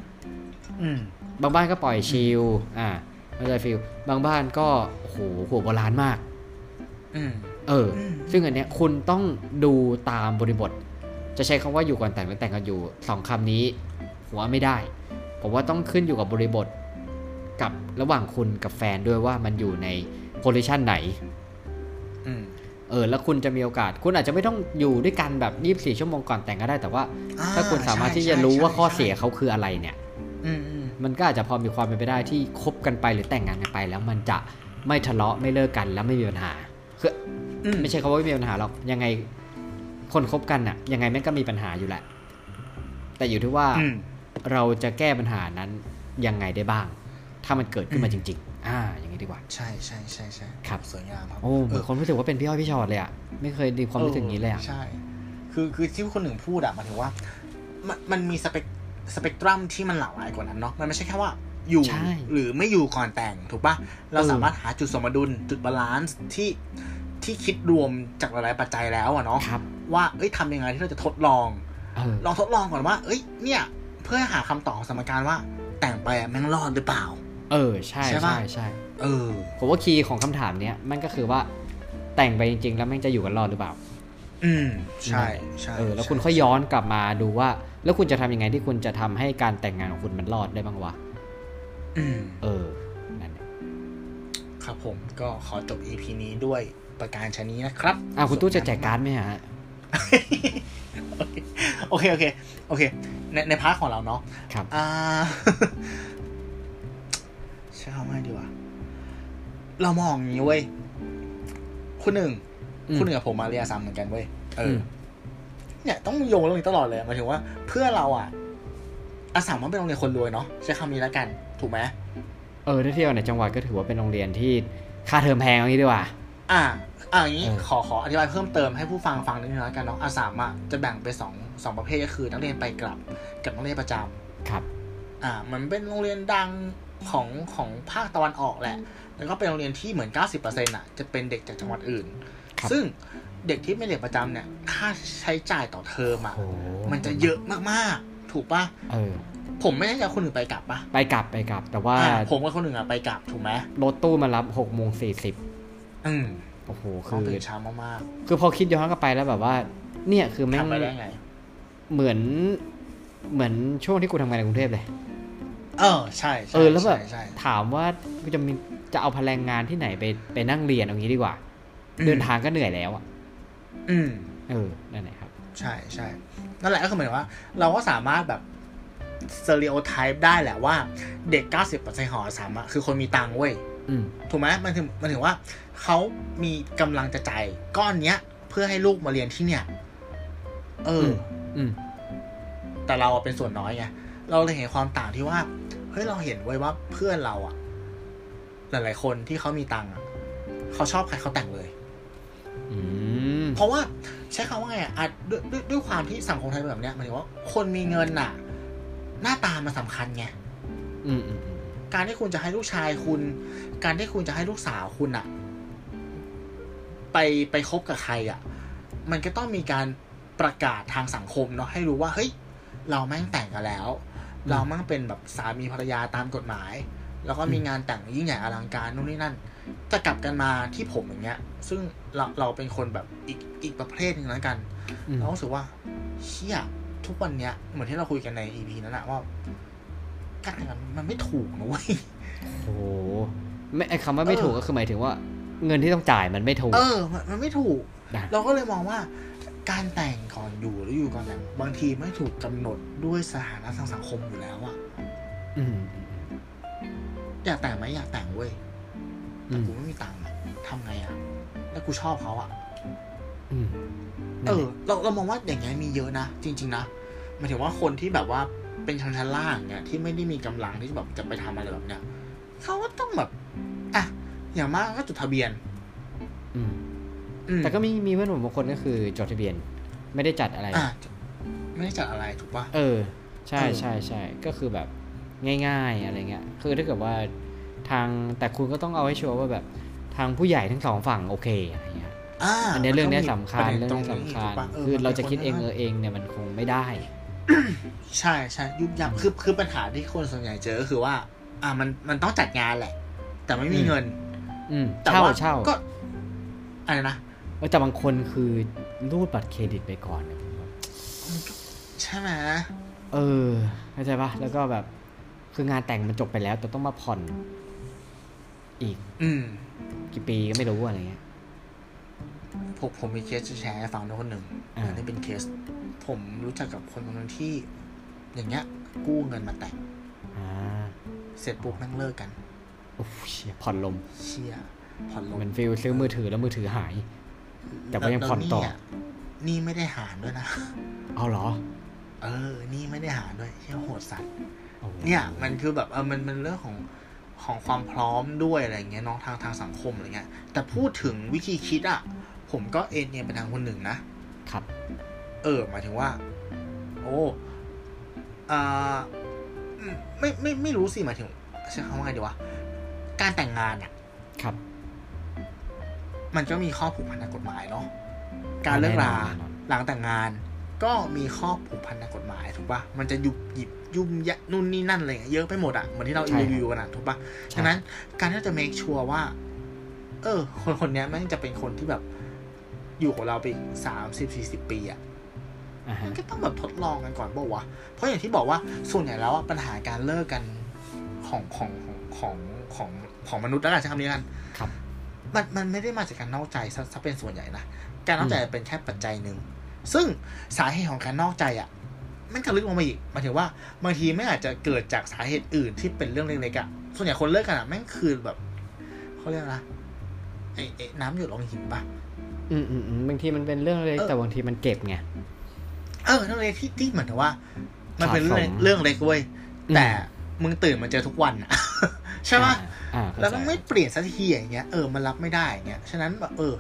Speaker 1: อืม
Speaker 2: บางบ้านก็ปล่อยชิล อ่าเข้าใจฟิล บางบ้านก็โอ้โหหัวโบราณมาก
Speaker 1: อืม
Speaker 2: เออ
Speaker 1: อืม
Speaker 2: ซึ่งอันเนี้ยคุณต้องดูตามบริบท จะใช้คำว่าอยู่ก่อนแต่งหรือแต่งกันอยู่สองคำนี้ผมว่าไม่ได้ ผมว่าต้องขึ้นอยู่กับบริบทกับระหว่างคุณกับแฟนด้วยว่ามันอยู่ในโพซิชันไหน
Speaker 1: อืม
Speaker 2: เออ แล้วคุณจะมีโอกาส คุณอาจจะไม่ต้องอยู่ด้วยกันแบบ 24 ชั่วโมงก่อนแต่งก็ได้ แต่ว่า
Speaker 1: อ่
Speaker 2: ถ้าคุณสามารถที่จะรู้ว่าข้อเสียเขาคืออะไรเนี่ย
Speaker 1: อืมอืม
Speaker 2: มันก็อาจจะพอมีความเป็นไปได้ที่คบกันไปหรือแต่งงานกันไป แล้วมันจะไม่ทะเลาะไม่เลิกกันแล้วไม่มีปัญหาคือ
Speaker 1: อืม
Speaker 2: ไม่ใช่คำว่าไม่มีปัญหาหรอกยังไงคนคบกันอะยังไงแม่งก็มีปัญหาอยู่แหละ แต่อยู่ที่ว่า
Speaker 1: อืม
Speaker 2: เราจะแก้ปัญหานั้นยังไงได้บ้าง ถ้ามันเกิดขึ้นมา
Speaker 1: อื
Speaker 2: จ
Speaker 1: ม
Speaker 2: ริง ๆ อ่า อย่างนี้ดีกว่า
Speaker 1: ใช่ใช่ใช่ใช่
Speaker 2: ครับ
Speaker 1: สวยงามครับ
Speaker 2: โอ้
Speaker 1: เอ
Speaker 2: เหมือ
Speaker 1: อ
Speaker 2: นคนรู้สึกว่าเป็นพี่อ้อยพี่ชอตเลยอะไม่เคยดีความรู้สึกอย่างนี้เลยอะ
Speaker 1: ใช่ คือคือที่คนหนึ่งพูดอะหมายถึงว่า มันมันมีสเปกสเปกตรัมที่มันหลากหลายกว่านั้นเนาะ มันไม่ใช่แค่ว่าอยู่
Speaker 2: ใช่
Speaker 1: หรือไม่อยู่ก่อนแต่งถูกปะเรา
Speaker 2: เออ
Speaker 1: สามารถหาจุดสมดุลจุดบาลานซ์ที่ที่คิดรวมจากหลายๆปัจจัยแล้วอะเนาะ
Speaker 2: ครับ
Speaker 1: ว่า เอ้ยทำยังไงที่เราจะทดลอง
Speaker 2: เออ
Speaker 1: ลองทดลองก่อนว่า เอ้ย เนี่ย เพื่อหาคำตอบของสมการว่า แต่งไปอะแม่งรอดหรือเปล่า
Speaker 2: เออใช่
Speaker 1: ใช่ปะ
Speaker 2: ใช่ใช่
Speaker 1: เออ
Speaker 2: ผมว่าคีย์ของคำถามเนี้ยมันก็คือว่าแต่งไปจริง ๆ แล้วแม่งจะอยู่กันรอดหรือเปล่า
Speaker 1: อืม ใช่ ใช่
Speaker 2: เออแล้ว
Speaker 1: ใช่
Speaker 2: คุณค่อยย้อนกลับมาดูว่า แล้วคุณจะทำยังไงที่คุณจะทำให้การแต่งงานของคุณมันรอดได้บ้างวะ
Speaker 1: อืม
Speaker 2: เออนั่นแหละ
Speaker 1: ครับผมก็ขอจบ EP นี้ด้วยประการชนี้นะครับ
Speaker 2: อ่ะคุณตู้จะแจกการ์ดไหมฮะ
Speaker 1: โอเค โอเค โอเค ในในพาร์ทของเราเนาะ
Speaker 2: ครับ
Speaker 1: อ่า ใช้คำว่าไงดีวะเรามองอย่างนี้เว้ยคุณหนึ่ง
Speaker 2: อืม
Speaker 1: คุณหนึ่งกับผมมาเรียซ้ำเหมือนกันเว้ยเอออ
Speaker 2: ม
Speaker 1: เนี่ยต้องโยงเรื่องนี้ตลอดเลยหมายถึงว่า เพื่อเราอ่ะอาสามมันเป็นโรงเรียนคนรวยเนาะใช้คำนี้แล้วกัน ถูกไหม
Speaker 2: เออถ้าเที่ยวในจังหวัดก็ถือว่าเป็นโรงเรียนที่ค่าเทอมแพงเอางี้ดีกว่า
Speaker 1: อ่าอ่าอย่างนี้
Speaker 2: เออ
Speaker 1: ขอขออธิบายเพิ่มเติมให้ผู้ฟังฟังนิดนึงแล้วกันเนาะอาสามอ่ะจะแบ่งเป็นสอง สองประเภทก็คือนักเรียนไปกลับกับนักเรียนประจำ
Speaker 2: ครับ
Speaker 1: อ่ามันเป็นโรงเรียนดังของของภาคตะวันออกแหละ แล้วก็เป็นโรงเรียนที่เหมือน 90%อ่ะ จะเป็นเด็กจากจังหวัดอื่น
Speaker 2: ครับ
Speaker 1: ซึ่งเด็กที่ไม่เรียนประจำเนี่ย ค่าใช้จ่ายต่อเทอมอ่ะ
Speaker 2: โอ้
Speaker 1: มันจะเยอะมากๆ ถูกปะ
Speaker 2: เออ
Speaker 1: ผมไม่แน่ใจคนอื่นไปกลับปะ
Speaker 2: ไปกลับไปกลับ แต่ว่า
Speaker 1: อ่าผมกับคนอื่นอ่ะไปกลับถูกไหม
Speaker 2: รถตู้มารับหกโมงสี่สิบ
Speaker 1: อืม
Speaker 2: โอ้โห
Speaker 1: ต้
Speaker 2: คื
Speaker 1: อง
Speaker 2: อ
Speaker 1: ตื่นเช้ามาก
Speaker 2: คือพอคิดย้อนกลับไปแล้วแบบว่า เนี่ยคือ
Speaker 1: ๆ
Speaker 2: แม่ง
Speaker 1: ทำไปได้ไง
Speaker 2: เหมือน เหมือนช่วงที่กูทำงานในกรุงเทพเลย
Speaker 1: เออ ใช่ใช่
Speaker 2: เออแล้วแบบ
Speaker 1: ใช่ใช่
Speaker 2: ถามว่ากูจะมีจะเอาพลังงานที่ไหนไปไปนั่งเรียนเอางี้ดีกว่า
Speaker 1: อืม
Speaker 2: เดินทางก็เหนื่อยแล้วอ่ะ
Speaker 1: อืม
Speaker 2: เออนั่นแหละครับ
Speaker 1: ใช่ใช่นั่นแหละก็คือหมายถึงว่า เราก็สามารถแบบสเตอริโอไทป์ได้แหละว่าเด็ก 90%ของอาสามอะคือคนมีตังค์เว้ย
Speaker 2: อืม
Speaker 1: ถูกไหมมันถึงมันถึงว่าเขามีกำลังจะจ่ายก้อนเนี้ย เพื่อให้ลูกมาเรียนที่เนี่ย เอออ
Speaker 2: อืม
Speaker 1: แต่เราอะเป็นส่วนน้อยไงเราเลยเห็นความต่างที่ว่าเฮ้ยเราเห็นเว้ยว่าเพื่อนเราอะหลาย ๆ คนที่เขามีตังค์อะเขาชอบใครเขาแต่งเลย
Speaker 2: อืม
Speaker 1: เพราะว่าใช้คำว่าไงอะอ่ะด้วยด้วยด้วยความที่สังคมไทยเป็นแบบเนี้ยหมายถึงว่าคนมีเงินน่ะ หน้าตามันสำคัญไง
Speaker 2: อืมอืมอืม
Speaker 1: การที่คุณจะให้ลูกชายคุณ การที่คุณจะให้ลูกสาวคุณอะไปไปคบกับใครอะมันก็ต้องมีการประกาศทางสังคมเนาะให้รู้ว่าเฮ้ย เราแม่งแต่งกันแล้ว เราแม่งเป็นแบบสามีภรรยาตามกฎหมาย แล้วก็มีงานแต่งยิ่งใหญ่อลังการนู่นนี่นั่นแต่กลับกันมาที่ผมอย่างเงี้ย ซึ่งเราเราเป็นคนแบบอีกอีกประเภทหนึ่งแล้วกัน
Speaker 2: อืม
Speaker 1: เรารู้สึกว่าเชี่ยทุกวันเนี้ย เหมือนที่เราคุยกันใน EP นั้นอะว่าการแต่งงานมันไม่ถูกนะเว้ย
Speaker 2: โอ้โหไม่ไอคำว่าไม่
Speaker 1: เออ
Speaker 2: ถูกก็คือหมายถึงว่า เงินที่ต้องจ่ายมันไม่ถูก
Speaker 1: เออมันมันไม่ถูก
Speaker 2: นะ
Speaker 1: เราก็เลยมองว่า การแต่งก่อนอยู่หรืออยู่ก่อนแต่งบางทีไม่ถูกกำหนดด้วยสถานะทางสังคมอยู่แล้วอะ
Speaker 2: อืม
Speaker 1: อยากแต่งไหมอยากแต่งเว้ย
Speaker 2: อืม
Speaker 1: กูไม่มีตังค์อะทำไงอะแล้วกูชอบเขาอะ
Speaker 2: อืม
Speaker 1: เออ เราเรามองว่าอย่างเงี้ยมีเยอะนะจริง ๆนะหมายถึงว่าคนที่แบบว่าเป็นชั้นชั้นล่างเนี่ยที่ไม่ได้มีกำลังที่จะแบบจะไปทำอะไรแบบเนี้ยเขาก็ต้องแบบอ่ะอย่างมากก็จดทะเบียน
Speaker 2: อืม
Speaker 1: อื
Speaker 2: แต่ก็มีมีเพื่อนผมบางคนก็คือจดทะเบียน ไม่ได้จัดอะไร
Speaker 1: อ่ะไม่ได้จัดอะไรถูกปะ
Speaker 2: เออ ใช่
Speaker 1: เออ
Speaker 2: ใช่ใช่ก็คือแบบง่าย ๆอะไรเงี้ยคือถ้าเกิดว่าทางแต่คุณก็ต้องเอาให้ชัวร์ว่าแบบทางผู้ใหญ่ทั้งสองฝั่งโอเคอะไรเงี้ย
Speaker 1: อ่า
Speaker 2: อันเนี้ยเรื่องเนี้ยสำคัญ
Speaker 1: มั
Speaker 2: เรื่อนง
Speaker 1: ก็มีประ
Speaker 2: เนี้ย
Speaker 1: เด็นต
Speaker 2: สำคัญ
Speaker 1: ถูกปะ
Speaker 2: คือเราจะ
Speaker 1: มัน
Speaker 2: คิดเองเอ
Speaker 1: ป็นน
Speaker 2: อเองเนี่ยมันคงไม่ได้
Speaker 1: ใช่ใช่ยุบยับคือคือปัญหาที่คนส่วนใหญ่เจอก็คือว่า อ่ามันมันต้องจัดงานแหละ แต่ไม่มีเงิน
Speaker 2: อืม
Speaker 1: แต่
Speaker 2: เช่า
Speaker 1: ว่า
Speaker 2: เช่า
Speaker 1: ก็อะไรนะ
Speaker 2: เออแต่บางคนคือรูดบัตรเครดิตไปก่อนเนี่ยผมแบบ
Speaker 1: ใช่ไหม
Speaker 2: เออเข้าใจปะแล้วก็แบบคืองานแต่งมันจบไปแล้ว แต่ต้องมาผ่อน อีก
Speaker 1: อืม
Speaker 2: กี่ปีก็ไม่รู้อะไรเงี้ย
Speaker 1: ผมผมมีเคสจะแชร์ให้ฟังด้วยคนหนึ่ง
Speaker 2: อ่า
Speaker 1: อันนี้เป็นเคส ผมรู้จักกับคนคนหนึงที่ อย่างเงี้ย กู้เงินมาแต่ง
Speaker 2: อ่า
Speaker 1: เสร็จปุ๊บแม่งเลิกกัน
Speaker 2: โอ้ยเชี่ยผ่อนลม
Speaker 1: เชี่ยผ่อนลง
Speaker 2: มันฟิลซื้อมือถือแล้วมือถือหาย แต่ก็ยังผ่อนต่อ
Speaker 1: แล้วหนี่ะหนี่ไม่ได้หารด้วยนะ
Speaker 2: เอาเหรอ
Speaker 1: เออหนี่ไม่ได้หารด้วยเชี่ยโหดสัตว์
Speaker 2: โอ้โห
Speaker 1: เนี่ย มันคือแบบเออมันมันเรื่องของของความพร้อมด้วยอะไรเงี้ยเน้องทางทางสังคมอะไรเงี้ย แต่พูดถึงวิธีคิดอะผมก็เอ็นเอียงไปทางคนหนึ่งนะ
Speaker 2: ครับ
Speaker 1: เออหมายถึงว่า โอ้อ่าอืมไม่ไม่ไม่รู้สิหมายถึงใช้คำว่าไงดีวะ การแต่งงานอะ
Speaker 2: ครับ
Speaker 1: มันก็มีข้อผูกพันทางกฎหมายเนาะ การเลิกราหลังแต่งงาน ก็มีข้อผูกพันทางกฎหมายถูกปะมันจะหยุบหยิบยุ่มยะนู่นนี่นั่นอะไรอย่างเงี้ยเยอะไปหมดอะเหมือนที่เรารีวิวกันอะถูกปะ
Speaker 2: ใช่
Speaker 1: ฉะนั้นการที่เราจะ make sure ว่า เออ คนคนเนี้ยแม่งจะเป็นคนที่แบบอยู่กับเราไปสามสิบสี่สิบปีอะ
Speaker 2: อ่าฮะ
Speaker 1: มันก็ต้องแบบทดลองกันก่อนเปล่าวะ เพราะอย่างที่บอกว่าส่วนใหญ่แล้วอะปัญหาการเลิกกันของของของของของของมนุษย์แล้วกันใช้คำนี้กัน
Speaker 2: ครับ
Speaker 1: มันมันไม่ได้มาจากการนอกใจซะซะเป็นส่วนใหญ่นะ การนอกใจเป็นแค่ปัจจัยหนึ่ง ซึ่งสาเหตุของการนอกใจอ่ะ มันก็ลึกลงมาอีกหมายถึงว่าบางทีไม่อาจจะเกิดจากสาเหตุอื่นที่เป็นเรื่องเล็กๆอ่ะ ส่วนใหญ่คนเลิกกันอ่ะแม่งคือแบบเขาเรียกอะไรนะไอ้ไอ้น้ำหยดลงหินปะ
Speaker 2: อืมอืมอืมบางทีมันเป็นเรื่องเล็ก
Speaker 1: เออ
Speaker 2: แต่บางทีมันเก็บไง
Speaker 1: เออเรื่องเล็กที่ที่เหมือนกับว่า มันเป็น
Speaker 2: สะสม
Speaker 1: เรื่องเรื่องเล็กเว้ยแต่มึงตื่นมาเจอทุกวันอ่ะ ใช่ปะ
Speaker 2: อ่าเข้าใจ
Speaker 1: แล้วมันไม่เปลี่ยนสักทีอย่างเงี้ยเออมันรับไม่ได้อย่างเงี้ยฉะนั้นแบบเออ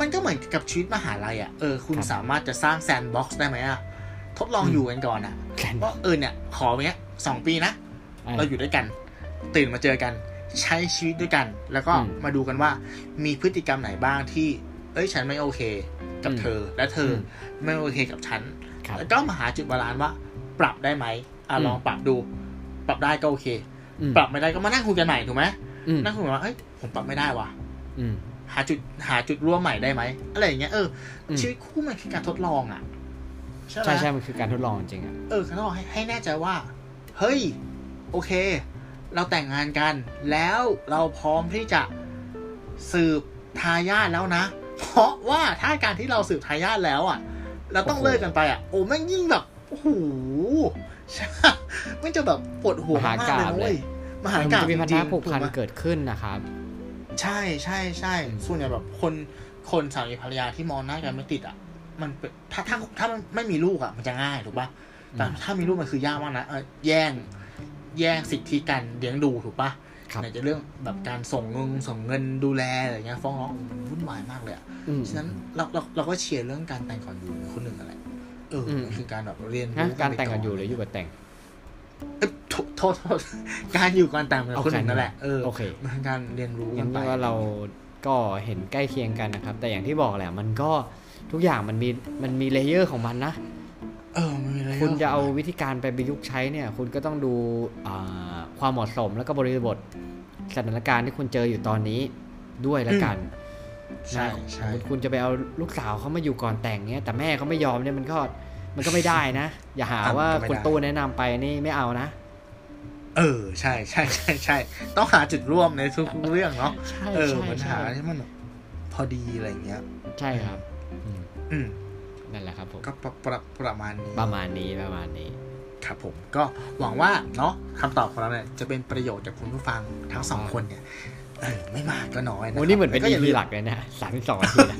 Speaker 1: มันก็เหมือนกับชีวิตมหาลัยอะ่ะเออคุณสามารถจะสร้างแซนด์บ็อกซ์ได้ไหมอะ่ะ ทดลองอยู่กันก่อนอะ
Speaker 2: กัน
Speaker 1: ว่าเออเนี่ย ขอเนี้ยสองปีนะ
Speaker 2: อ่ะ
Speaker 1: เราอยู่ด้วยกัน ตื่นมาเจอกัน ใช้ชีวิตด้วยกัน แล้วก็
Speaker 2: อืม
Speaker 1: มาดูกันว่ามีพฤติกรรมไหนบ้างที่ เอ้ยฉันไม่โอเค กับ
Speaker 2: อืม
Speaker 1: เธอ และเธออ
Speaker 2: ม
Speaker 1: ไม่โอเคกับฉัน
Speaker 2: ครับ
Speaker 1: แล้วก็มาหาจุดบาลานซ์ว่า ปรับได้ไหมอ่ะ
Speaker 2: อืม
Speaker 1: ลองปรับดู ปรับได้ก็โอเค
Speaker 2: อืม
Speaker 1: ปรับไม่ได้ก็มานั่งคุยกันใหม่ถูกไหม
Speaker 2: อืม
Speaker 1: นั่งคุยกันว่าเอ้ยผมปรับไม่ได้ว่ะ
Speaker 2: อืม
Speaker 1: หาจุดหาจุดร่วมใหม่ได้ไหมอะไรอย่างเงี้ยเอออ
Speaker 2: ม
Speaker 1: ชีวิตคู่มันคือการทดลองอ่ะใช่ไหม
Speaker 2: ใช่ใช่มันคือการทดลองจริงๆอ่ะ
Speaker 1: เออการทดลองให้ให้แน่ใจว่า เฮ้ย โอเค เราแต่งงานกัน แล้วเราพร้อมที่จะสืบทายาทแล้วนะ เพราะว่าถ้าการที่เราสืบทายาทแล้วอ่ะ เราต้องเลิกกันไปอ่ะ โอ้แม่งยิ่งแบบโอ้โห ใช่มันจะแบบปวดหัวมากเลยนะเว้ยมหา
Speaker 2: มัน
Speaker 1: กาพ
Speaker 2: จะ
Speaker 1: ย์จ
Speaker 2: มีพัน
Speaker 1: ริ
Speaker 2: ธะ
Speaker 1: งๆ
Speaker 2: ผูกพั
Speaker 1: ถู
Speaker 2: น
Speaker 1: ไหม
Speaker 2: เกิดขึ้นนะครับ
Speaker 1: ใช่ใช่ใช่
Speaker 2: อืม
Speaker 1: ส่วนใหญ่แบบคนคนสามีภรรยาที่มองหน้ากันไม่ติดอ่ะ มันเป็นถ้าถ้าถ้ามันไม่มีลูกอ่ะ มันจะง่ายถูกปะแต่ถ้ามีลูกมันคือยากมากนะเออแย่ง แย่งสิทธิการเลี้ยงดูถูกปะ
Speaker 2: ครับ
Speaker 1: ไหนจะเรื่องแบบการส่งเงินส่งเงินดูแลอะไรเงี้ยฟ้องร้องวุ่นวายมากเลยอ่ะ
Speaker 2: อืม
Speaker 1: ฉะนั้นเราเราเราก็เชียร์เรื่องการแต่งก่อนอยู่คนหนึ่งอะไรเอออ
Speaker 2: ม
Speaker 1: มันคือการแบบเรียน
Speaker 2: ฮะการ
Speaker 1: ไป
Speaker 2: แต่งกันอยู่หรืออยู่กับแต่ง
Speaker 1: เอ้ยโทษโท ษโทษการอยู่ก่อนแต่งเป็นคนหนึ่งนั่นแหละเออ
Speaker 2: โอเค
Speaker 1: มันคือการเรียนรู้กั
Speaker 2: งั้
Speaker 1: น
Speaker 2: น
Speaker 1: ไป
Speaker 2: ว่าเราก็เห็นใกล้เคียงกันนะครับ แต่อย่างที่บอกแหละ มันก็ทุกอย่างมันมีมันมีเลเยอร์ของมันนะ
Speaker 1: เออมันมีอะไร
Speaker 2: คุณจะเอา
Speaker 1: ขงมัน
Speaker 2: วิธีการไปประยุกต์ใช้เนี่ย คุณก็ต้องดูอ่าความเหมาะสมแล้วก็บริบทสถานการณ์ที่คุณเจออยู่ตอนนี้ด้วยละกัน
Speaker 1: ใช่
Speaker 2: นะ
Speaker 1: ใช่
Speaker 2: สมมติคุณจะไปเอาลูกสาวเขามาอยู่ก่อนแต่งเนี่ยแต่แม่เขาไม่ยอมเนี่ยมันก็มันก็ไม่ได้นะ อย่าหา
Speaker 1: อ่ะ
Speaker 2: ว่า
Speaker 1: ก็ไม่
Speaker 2: คุณ
Speaker 1: ได้
Speaker 2: ตู้แนะนำไปนี่ไม่เอานะ
Speaker 1: เออใช่ใช่ใช่ใช่ต้องหาจุดร่วมในทุกๆเรื่องเนาะ
Speaker 2: ใช่
Speaker 1: เออ
Speaker 2: ใช่
Speaker 1: เหมัน
Speaker 2: ใช่
Speaker 1: หาที่มันแบบพอดีอะไรอย่างเงี้ย
Speaker 2: ใช่ครับอืม
Speaker 1: อืม
Speaker 2: นั่นแหละครับผม
Speaker 1: ก็ประประประมาณนี้
Speaker 2: ประมาณนี้ประมาณนี้
Speaker 1: ครับผมก็หวังว่าเนาะคำตอบของเราเนี่ยจะเป็นประโยชน์จากคุณผู้ฟังทั้งสองคนเนี่ยเออไม่มากก็น้อยนะ
Speaker 2: โอ้นี่เหมือนเป็น
Speaker 1: แวก็
Speaker 2: อี
Speaker 1: ย่า
Speaker 2: พี
Speaker 1: ลืม
Speaker 2: หลักเลยนะสามสองนาทีนะ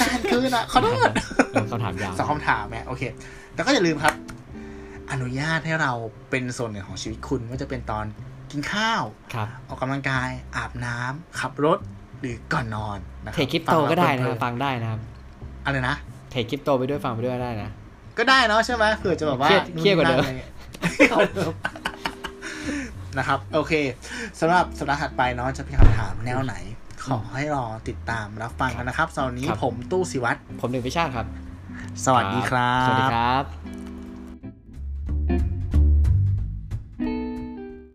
Speaker 1: นานคืนอ่ะขอโทษ
Speaker 2: เอ อคำถามยาว
Speaker 1: สองคำถามแม่โอเค แต่ก็อย่าลืมครับ อนุญาตให้เราเป็นส่วนหนึ่งของชีวิตคุณไม่ว่าจะเป็นตอนกินข้าว
Speaker 2: ครับ
Speaker 1: ออกกำลังกายอาบน้ำขับรถหรือก่อนนอนนะ
Speaker 2: เท
Speaker 1: รับ
Speaker 2: คคริปโตก็ได้นะ
Speaker 1: ฟังแล้วเพลิ
Speaker 2: ฟังได้นะครับ
Speaker 1: ๆอะไรนะ
Speaker 2: เทคคริปโตไปด้วยฟังไปด้วยก็ได้นะ
Speaker 1: ก็ได้เนาะใช่ไหมเผื่อจะแบบว่า
Speaker 2: เครียดเครียดกว่าเดิม
Speaker 1: นะครับ โอเคสำหรับสัปดาห์ถัดไปเนาะจะมีคำถามแนวไหน ขอให้รอติดตามรับฟังกันนะครับสำหรับวันนี้
Speaker 2: ครับ
Speaker 1: ผมตู้สิวัตร
Speaker 2: ผมหนึ่งพิชาติครับ
Speaker 1: สวัสดีครับ
Speaker 2: สวัสดีครับ